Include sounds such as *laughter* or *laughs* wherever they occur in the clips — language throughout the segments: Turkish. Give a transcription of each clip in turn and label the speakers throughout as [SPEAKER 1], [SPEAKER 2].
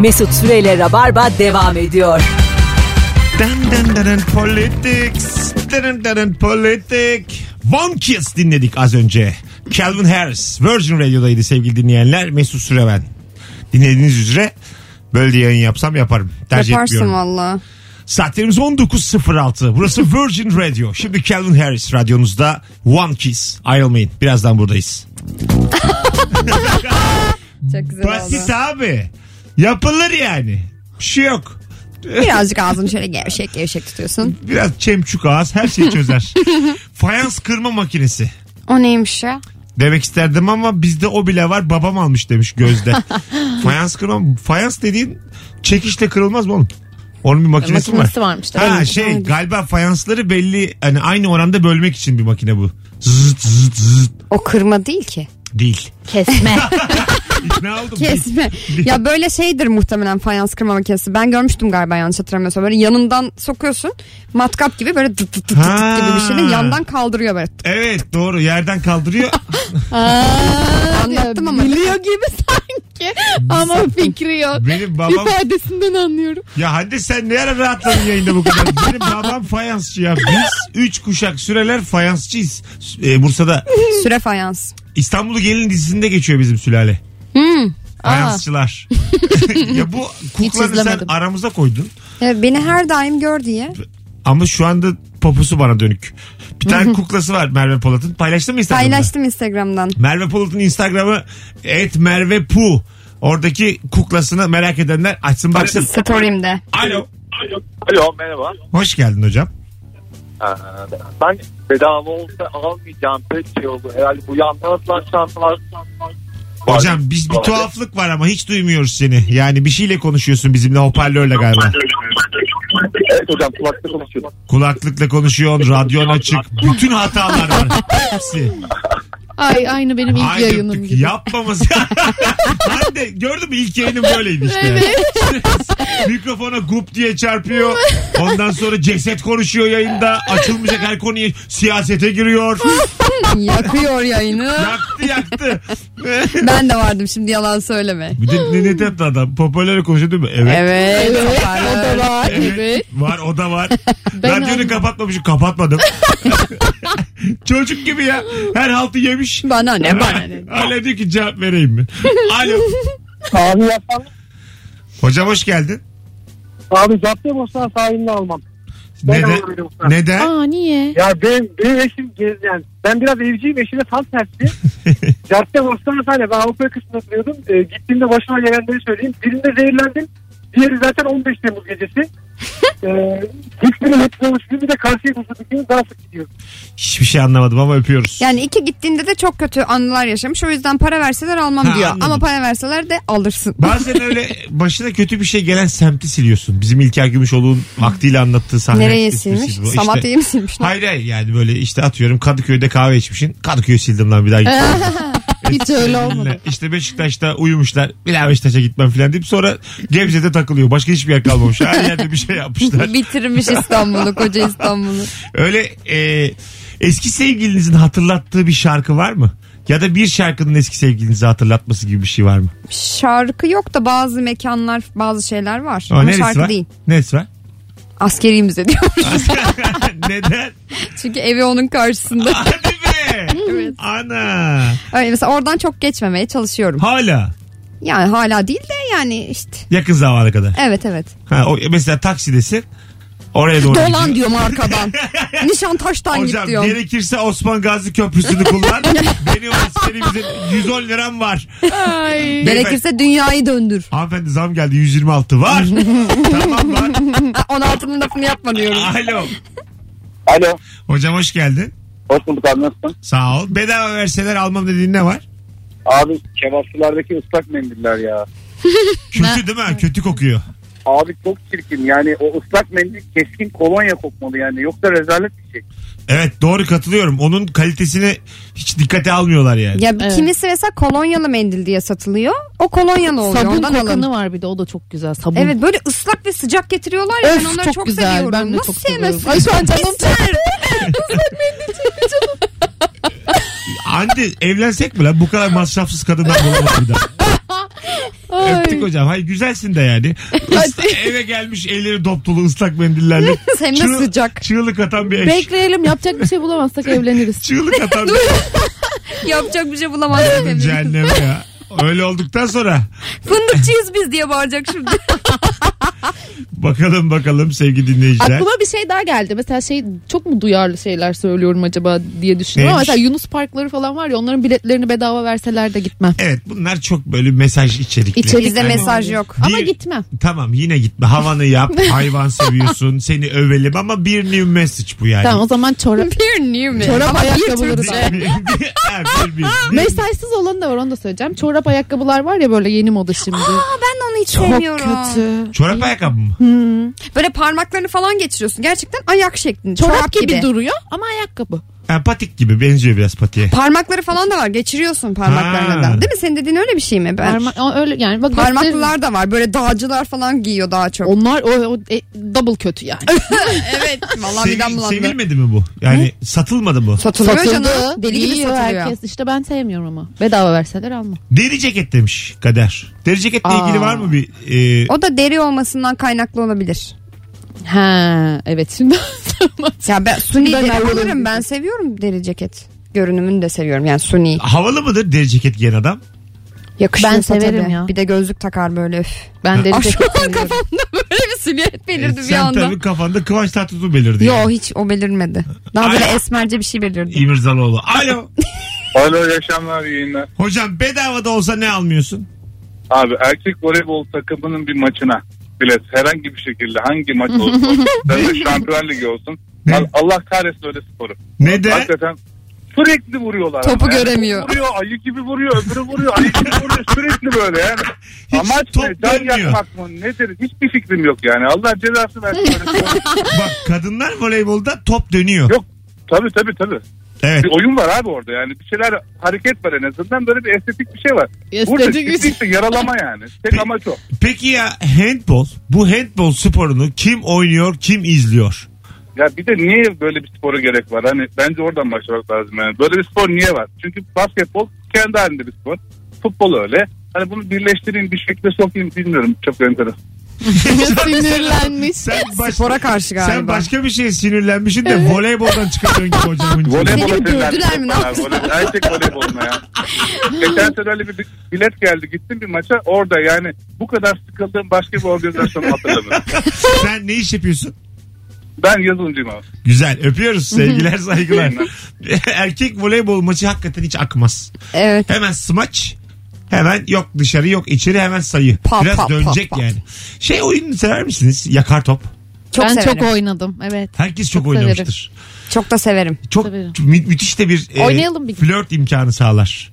[SPEAKER 1] Mesut Süreyle Rabarba devam ediyor.
[SPEAKER 2] Dın dın dın dın politics. Dın dın dın dın politik. Von Kiss dinledik az önce. Calvin Harris. Virgin Radio'daydı sevgili dinleyenler. Mesut Süre ben. Dinlediğiniz üzere böyle de yayın yapsam yaparım. Tercih
[SPEAKER 3] Yaparsın
[SPEAKER 2] etmiyorum.
[SPEAKER 3] valla.
[SPEAKER 2] Saatlerimiz 19.06. Burası Virgin Radio. Şimdi Calvin Harris radyonuzda One Kiss. Ayrılmayın. Birazdan buradayız.
[SPEAKER 3] Çok güzel
[SPEAKER 2] Basit
[SPEAKER 3] oldu.
[SPEAKER 2] abi. Yapılır yani. Bir şey yok. *laughs*
[SPEAKER 3] Birazcık ağzını şöyle gevşek gevşek tutuyorsun.
[SPEAKER 2] Biraz çemçük ağız her şeyi çözer. Fayans kırma makinesi.
[SPEAKER 3] O neymiş ya?
[SPEAKER 2] Demek isterdim ama bizde o bile var babam almış demiş gözde.
[SPEAKER 4] *laughs*
[SPEAKER 2] fayans kırma. Fayans dediğin çekişle kırılmaz mı oğlum? Onun bir makinesi,
[SPEAKER 4] Makinesi
[SPEAKER 2] var.
[SPEAKER 4] varmış da.
[SPEAKER 2] Ha şey galiba fayansları belli hani aynı oranda bölmek için bir makine bu. Zıt zıt zıt
[SPEAKER 3] O kırma değil ki.
[SPEAKER 2] değil.
[SPEAKER 4] Kesme.
[SPEAKER 2] *laughs* İkna oldum.
[SPEAKER 3] Kesme. ya böyle şeydir muhtemelen fayans kırma makinesi. Ben görmüştüm galiba yanlış hatırlamıyorsam. Böyle yanından sokuyorsun. Matkap gibi böyle tıt tıt tıt tıt
[SPEAKER 2] Ha.
[SPEAKER 3] gibi bir şeyle yandan kaldırıyor böyle.
[SPEAKER 2] Evet doğru yerden kaldırıyor.
[SPEAKER 3] Anlattım ama.
[SPEAKER 4] Biliyor gibi
[SPEAKER 2] *laughs*
[SPEAKER 4] sanki. Ama fikri yok.
[SPEAKER 2] Benim babam
[SPEAKER 4] İfadesinden anlıyorum.
[SPEAKER 2] ya hadi sen ne ara rahatladın yayında bu kadar. Benim babam fayansçı ya. Biz 3 kuşak süreler fayansçıyız. Ee, Bursa'da
[SPEAKER 3] Süre fayans.
[SPEAKER 2] İstanbul'u gelin dizisinde geçiyor bizim sülale. Fayansçılar. ya bu kuklanı sen
[SPEAKER 4] izlemedim.
[SPEAKER 2] aramıza koydun.
[SPEAKER 3] Evet, beni her daim gör diye.
[SPEAKER 2] Ama şu anda poposu bana dönük. Bir tane kuklası var Merve Polat'ın. Paylaştın mı Instagram'da?
[SPEAKER 3] Paylaştım Instagram'dan.
[SPEAKER 2] Merve Polat'ın Instagram'ı et Merve Pu. Oradaki kuklasını merak edenler açsın baksın.
[SPEAKER 3] Story'imde.
[SPEAKER 2] Alo.
[SPEAKER 5] Alo merhaba.
[SPEAKER 2] Hoş geldin hocam.
[SPEAKER 5] Ee, ben bedava olsa almayacağım pek şey oldu. Herhalde bu yandan atılan şantılar.
[SPEAKER 2] Hocam biz bir tuhaflık var ama hiç duymuyoruz seni. Yani bir şeyle konuşuyorsun bizimle hoparlörle galiba.
[SPEAKER 5] Evet hocam kulakta konuşuyordum.
[SPEAKER 2] Kulaklıkla konuşuyorsun, radyon açık. Bütün hatalar var. Hepsi.
[SPEAKER 4] Ay aynı benim ilk
[SPEAKER 2] Haydi
[SPEAKER 4] yayınım
[SPEAKER 2] öptük.
[SPEAKER 4] gibi.
[SPEAKER 2] Yapmaması. *laughs* Hande gördün mü ilk yayının böyleydi işte. *laughs* Mikrofona gup diye çarpıyor. Ondan sonra ceset konuşuyor yayında. Açılmayacak her konuya siyasete giriyor.
[SPEAKER 3] *laughs* Yakıyor yayını.
[SPEAKER 2] yaktı yaktı.
[SPEAKER 3] ben de vardım şimdi yalan söyleme.
[SPEAKER 2] bir de ne, ne tatlı adam. Popülerle konuşuyor değil mi? Evet.
[SPEAKER 3] Evet.
[SPEAKER 4] Evet,
[SPEAKER 3] toparlan.
[SPEAKER 4] o da var.
[SPEAKER 2] Evet.
[SPEAKER 4] Evet.
[SPEAKER 2] Var o da var.
[SPEAKER 4] Ben
[SPEAKER 2] Radyonu
[SPEAKER 4] aldım.
[SPEAKER 2] kapatmamışım.
[SPEAKER 4] *laughs*
[SPEAKER 2] Kapatmadım. Çocuk gibi ya. Her haltı yemiş.
[SPEAKER 3] Bana ne bana ne.
[SPEAKER 2] Hala diyor ki cevap vereyim mi? Alo.
[SPEAKER 6] Abi yapmam.
[SPEAKER 2] Hocam hoş geldin.
[SPEAKER 6] Abi cadde bostan sahilini almam. Ben
[SPEAKER 2] Neden?
[SPEAKER 6] alırım.
[SPEAKER 2] Neden?
[SPEAKER 4] Aa niye?
[SPEAKER 6] Ya benim, benim eşim gez- yani ben biraz evciyim eşime tam tersi. cadde bostan sahile ben Avrupa kısmında oturuyordum. Ee, gittiğimde başıma gelenleri söyleyeyim. Birinde zehirlendim. Diğeri zaten 15 Temmuz gecesi. Ee, hepsini hepsini oluşturuyor. Bir de karşıya kutladık gibi daha sık gidiyor.
[SPEAKER 2] Hiçbir şey anlamadım ama öpüyoruz.
[SPEAKER 3] Yani iki gittiğinde de çok kötü anılar yaşamış. O yüzden para verseler almam
[SPEAKER 2] Ha,
[SPEAKER 3] diyor.
[SPEAKER 2] anladım.
[SPEAKER 3] Ama para verseler de alırsın.
[SPEAKER 2] Bazen öyle başına kötü bir şey gelen semti siliyorsun. Bizim İlker Gümüşoğlu'nun vaktiyle anlattığı sahne.
[SPEAKER 3] Nereye
[SPEAKER 2] esprisi
[SPEAKER 3] silmiş?
[SPEAKER 2] bu. İşte-
[SPEAKER 3] Samatya'ya mı silmiş?
[SPEAKER 2] Hayır hayır yani böyle işte atıyorum Kadıköy'de kahve içmişsin. Kadıköy'ü sildim lan bir daha gitmem.
[SPEAKER 4] Hiç öyle olmadı.
[SPEAKER 2] işte Beşiktaş'ta uyumuşlar. Bir daha Beşiktaş'a gitmem falan deyip sonra Gebze'de takılıyor. Başka hiçbir yer kalmamış. Her yerde bir şey
[SPEAKER 3] *laughs*
[SPEAKER 2] yapmışlar.
[SPEAKER 3] Bitirmiş İstanbul'u, koca İstanbul'u.
[SPEAKER 2] Öyle e, eski sevgilinizin hatırlattığı bir şarkı var mı? Ya da bir şarkının eski sevgilinizi hatırlatması gibi bir şey var mı?
[SPEAKER 3] Şarkı yok da bazı mekanlar, bazı şeyler var.
[SPEAKER 2] Ama
[SPEAKER 3] Ama
[SPEAKER 2] neresi
[SPEAKER 3] şarkı
[SPEAKER 2] var?
[SPEAKER 3] değil.
[SPEAKER 2] Neresi var? *laughs*
[SPEAKER 3] Askeri müze diyormuş.
[SPEAKER 2] Neden?
[SPEAKER 3] *laughs* Çünkü evi onun karşısında.
[SPEAKER 2] Hadi be. Ana.
[SPEAKER 3] Öyle mesela oradan çok geçmemeye çalışıyorum.
[SPEAKER 2] Hala.
[SPEAKER 3] Yani hala değil de yani işte.
[SPEAKER 2] Yakın zamana kadar.
[SPEAKER 3] Evet evet.
[SPEAKER 2] Ha, o, mesela taksidesin. Oraya doğru
[SPEAKER 3] Dolan
[SPEAKER 2] gidiyor.
[SPEAKER 3] diyorum
[SPEAKER 2] *laughs*
[SPEAKER 3] arkadan. Nişantaş'tan
[SPEAKER 2] Hocam
[SPEAKER 3] git diyorum.
[SPEAKER 2] gerekirse Osman Gazi
[SPEAKER 3] *laughs*
[SPEAKER 2] Köprüsü'nü kullan. Benim askerimize 110 liram var.
[SPEAKER 4] Ay.
[SPEAKER 3] Gerekirse dünyayı döndür.
[SPEAKER 2] Hanımefendi zam geldi 126
[SPEAKER 3] *laughs*
[SPEAKER 2] var. tamam var.
[SPEAKER 3] 16'nın lafını yapma diyorum.
[SPEAKER 2] Alo.
[SPEAKER 5] Alo.
[SPEAKER 2] Hocam hoş geldin.
[SPEAKER 5] Hoş bulduk abi nasılsın?
[SPEAKER 2] Sağ ol. Bedava verseler almam dediğin ne var?
[SPEAKER 5] Abi kebapçılardaki ıslak mendiller ya.
[SPEAKER 2] Kötü değil mi? ha? Kötü kokuyor.
[SPEAKER 5] Abi çok çirkin yani o ıslak mendil keskin kolonya kokmalı yani yoksa rezalet bir şey.
[SPEAKER 2] Evet doğru katılıyorum. Onun kalitesini hiç dikkate almıyorlar yani.
[SPEAKER 3] Ya
[SPEAKER 4] Evet.
[SPEAKER 3] kimisi mesela kolonyalı mendil diye satılıyor. O kolonyalı oluyor.
[SPEAKER 4] Sabun
[SPEAKER 3] Ondan alın.
[SPEAKER 4] kokanı var bir de o da çok güzel sabun.
[SPEAKER 3] Evet böyle ıslak ve sıcak getiriyorlar ya. ben onları çok, seviyorum.
[SPEAKER 4] Ben de
[SPEAKER 3] Nasıl
[SPEAKER 4] çok seviyorum.
[SPEAKER 3] *laughs* sevmezsin?
[SPEAKER 4] Ay şu an canım çekti.
[SPEAKER 3] *laughs*
[SPEAKER 2] Anne evlensek mi lan? Bu kadar masrafsız kadından bulamaz bir daha.
[SPEAKER 4] Ay.
[SPEAKER 2] Öptük hocam. Hayır güzelsin de yani. Isla- eve gelmiş elleri dop dolu ıslak mendillerle.
[SPEAKER 3] *laughs* Hem de
[SPEAKER 2] Çığ-
[SPEAKER 3] sıcak.
[SPEAKER 2] Çığlık atan bir eş.
[SPEAKER 4] Bekleyelim yapacak bir şey
[SPEAKER 2] *laughs*
[SPEAKER 4] bulamazsak evleniriz.
[SPEAKER 2] Çığlık
[SPEAKER 3] *laughs*
[SPEAKER 2] atan bir
[SPEAKER 3] Yapacak bir şey bulamazsın.
[SPEAKER 2] eş. Cehenneme ya. Öyle olduktan sonra
[SPEAKER 3] Fındıkçıyız biz diye bağıracak şimdi.
[SPEAKER 2] bakalım bakalım sevgili dinleyiciler.
[SPEAKER 4] Aklıma bir şey daha geldi. Mesela şey çok mu duyarlı şeyler söylüyorum acaba diye düşünüyorum. Ama
[SPEAKER 2] Neymiş?
[SPEAKER 4] mesela Yunus Parkları falan var ya onların biletlerini bedava verseler de gitmem.
[SPEAKER 2] Evet bunlar çok böyle mesaj içerikli.
[SPEAKER 3] *laughs*
[SPEAKER 4] İçerik-
[SPEAKER 3] Bizde
[SPEAKER 4] Yani-
[SPEAKER 3] mesaj yok.
[SPEAKER 4] Ama
[SPEAKER 2] Bir-
[SPEAKER 4] gitmem.
[SPEAKER 2] Tamam yine gitme havanı
[SPEAKER 3] *laughs*
[SPEAKER 2] yap hayvan seviyorsun seni övelim ama bir new message bu yani.
[SPEAKER 4] Tamam o zaman çorap.
[SPEAKER 3] Bir niye mi?
[SPEAKER 4] Çorap
[SPEAKER 3] Ama bir
[SPEAKER 4] ayakkabıları
[SPEAKER 3] Türkçe.
[SPEAKER 2] *laughs*
[SPEAKER 4] da.
[SPEAKER 2] Bir- bir- ha, bir- bir-
[SPEAKER 3] *laughs*
[SPEAKER 2] bir-
[SPEAKER 4] Mesaisiz olanı da var onu da söyleyeceğim. Çorap ayakkabılar var ya böyle yeni moda şimdi.
[SPEAKER 3] Aa, ben de onu hiç
[SPEAKER 4] Çok
[SPEAKER 3] sevmiyorum.
[SPEAKER 4] kötü.
[SPEAKER 2] Çorap ayakkabı mı?
[SPEAKER 3] Böyle parmaklarını falan geçiriyorsun. Gerçekten ayak şeklinde.
[SPEAKER 4] Çorap, gibi, duruyor ama ayakkabı.
[SPEAKER 2] Ha, patik gibi benziyor biraz patiye.
[SPEAKER 3] Parmakları falan da var. Geçiriyorsun parmaklarını
[SPEAKER 2] Ha.
[SPEAKER 3] da. Değil mi? Senin dediğin öyle bir şey mi? Ben...
[SPEAKER 4] Parma- o öyle yani bak gösteririz.
[SPEAKER 3] Parmaklılar da var. Böyle dağcılar falan giyiyor daha çok.
[SPEAKER 4] Onlar o, o e, double kötü yani.
[SPEAKER 3] *laughs* evet. Vallahi
[SPEAKER 2] Sevil-
[SPEAKER 3] midem bulandı.
[SPEAKER 2] sevilmedi mi bu? Yani satılmadı mı?
[SPEAKER 3] Satılıyor canım. Deli gibi
[SPEAKER 4] Yiyor
[SPEAKER 3] satılıyor.
[SPEAKER 4] herkes. İşte ben sevmiyorum ama. Bedava verseler alma.
[SPEAKER 2] Deri ceket demiş Kader. Deri ceketle
[SPEAKER 4] Aa.
[SPEAKER 2] ilgili var mı bir e,
[SPEAKER 3] O da deri olmasından kaynaklı olabilir.
[SPEAKER 4] Ha evet şimdi
[SPEAKER 3] Ya ben suni
[SPEAKER 4] Ben
[SPEAKER 3] deri
[SPEAKER 4] ayrılırım.
[SPEAKER 3] alırım. Ben seviyorum deri ceket. Görünümünü de seviyorum. Yani suni.
[SPEAKER 2] havalı mıdır deri ceket giyen adam?
[SPEAKER 3] Yakışıyorsa
[SPEAKER 4] Ben severim
[SPEAKER 3] tabii.
[SPEAKER 4] ya.
[SPEAKER 3] Bir de gözlük takar böyle öf.
[SPEAKER 4] *laughs* ben deri
[SPEAKER 3] Ay, şu *laughs*
[SPEAKER 4] ceket
[SPEAKER 3] an
[SPEAKER 4] seviyorum.
[SPEAKER 3] kafamda böyle bir silüet belirdi bir
[SPEAKER 2] E, Sen
[SPEAKER 3] anda.
[SPEAKER 2] tabii kafanda Kıvanç Tatlıtuğ belirdi.
[SPEAKER 3] Yo
[SPEAKER 2] yani.
[SPEAKER 3] hiç o belirmedi. Daha böyle esmerce bir
[SPEAKER 2] *laughs*
[SPEAKER 3] şey belirdi.
[SPEAKER 2] İmirzalıoğlu.
[SPEAKER 3] *laughs*
[SPEAKER 2] Alo.
[SPEAKER 5] Alo iyi akşamlar iyi yayınlar.
[SPEAKER 2] Hocam bedava da olsa ne almıyorsun?
[SPEAKER 5] Abi erkek voleybol takımının bir maçına bilet herhangi bir şekilde hangi maç olursa
[SPEAKER 3] *laughs*
[SPEAKER 5] olsun. ben de Şampiyon Ligi olsun.
[SPEAKER 2] Ne?
[SPEAKER 5] Al- Allah kahretsin öyle sporu.
[SPEAKER 2] Neden?
[SPEAKER 5] Hakikaten sürekli vuruyorlar.
[SPEAKER 3] Topu
[SPEAKER 5] ama yani.
[SPEAKER 3] göremiyor.
[SPEAKER 5] Vuruyor ayı gibi vuruyor öbürü vuruyor ayı gibi vuruyor sürekli böyle yani.
[SPEAKER 2] *laughs* Hiç
[SPEAKER 5] Amaç
[SPEAKER 2] top
[SPEAKER 5] ne can
[SPEAKER 2] dönmüyor.
[SPEAKER 5] yakmak mı nedir hiçbir fikrim yok yani. Allah cezası versin. öyle
[SPEAKER 2] *laughs*
[SPEAKER 5] spor.
[SPEAKER 2] Bak kadınlar voleybolda top dönüyor.
[SPEAKER 5] yok tabii tabii tabii.
[SPEAKER 2] Evet.
[SPEAKER 5] Bir oyun var abi orada yani bir şeyler hareket var en azından böyle bir estetik bir şey var. Burada
[SPEAKER 4] Estetik bir-
[SPEAKER 5] kesinlikle yaralama yani. Tek amaç o.
[SPEAKER 2] Peki ya handbol? Bu handbol sporunu kim oynuyor, kim izliyor?
[SPEAKER 5] Ya bir de niye böyle bir spora gerek var? Hani bence oradan başlamak lazım yani. Böyle bir spor niye var? Çünkü basketbol kendi halinde bir spor. Futbol öyle. Hani bunu birleştireyim bir şekilde sokayım bilmiyorum. Çok enteresan.
[SPEAKER 4] Sinirlenmiş.
[SPEAKER 2] Sen baş-
[SPEAKER 3] Spora karşı galiba.
[SPEAKER 2] Sen başka bir şeye sinirlenmişsin de voleyboldan çıkarıyorsun gibi
[SPEAKER 5] *laughs*
[SPEAKER 2] hocamın.
[SPEAKER 5] Voleybola
[SPEAKER 3] Seni mi
[SPEAKER 5] sinirlendim.
[SPEAKER 3] dövdüler mi? Ne
[SPEAKER 5] Ha,
[SPEAKER 3] yaptın?
[SPEAKER 5] voley- Erkek
[SPEAKER 3] *laughs*
[SPEAKER 5] voleyboluna ya. Geçen sene öyle bir bilet geldi. Gittim bir maça. Orada yani bu kadar sıkıldığım başka bir organizasyon hatırlamıyorum.
[SPEAKER 3] *laughs*
[SPEAKER 2] Sen ne iş yapıyorsun?
[SPEAKER 5] Ben yazılımcıyım abi.
[SPEAKER 2] Güzel öpüyoruz sevgiler saygılar. *laughs* Erkek voleybol maçı hakikaten hiç akmaz.
[SPEAKER 3] Evet.
[SPEAKER 2] Hemen smaç hemen yok dışarı yok içeri hemen sayı.
[SPEAKER 3] Pa,
[SPEAKER 2] Biraz
[SPEAKER 3] pa, pa,
[SPEAKER 2] dönecek
[SPEAKER 3] pa.
[SPEAKER 2] yani. Şey oyunu sever misiniz? Yakar top.
[SPEAKER 3] Çok
[SPEAKER 4] ben
[SPEAKER 3] severim.
[SPEAKER 4] çok oynadım evet.
[SPEAKER 2] Herkes çok,
[SPEAKER 4] Çok
[SPEAKER 2] oynamıştır.
[SPEAKER 3] Çok da severim.
[SPEAKER 2] Çok
[SPEAKER 4] Severim.
[SPEAKER 2] mü- müthiş de bir, e,
[SPEAKER 4] Oynayalım bir gün.
[SPEAKER 2] flört imkanı sağlar.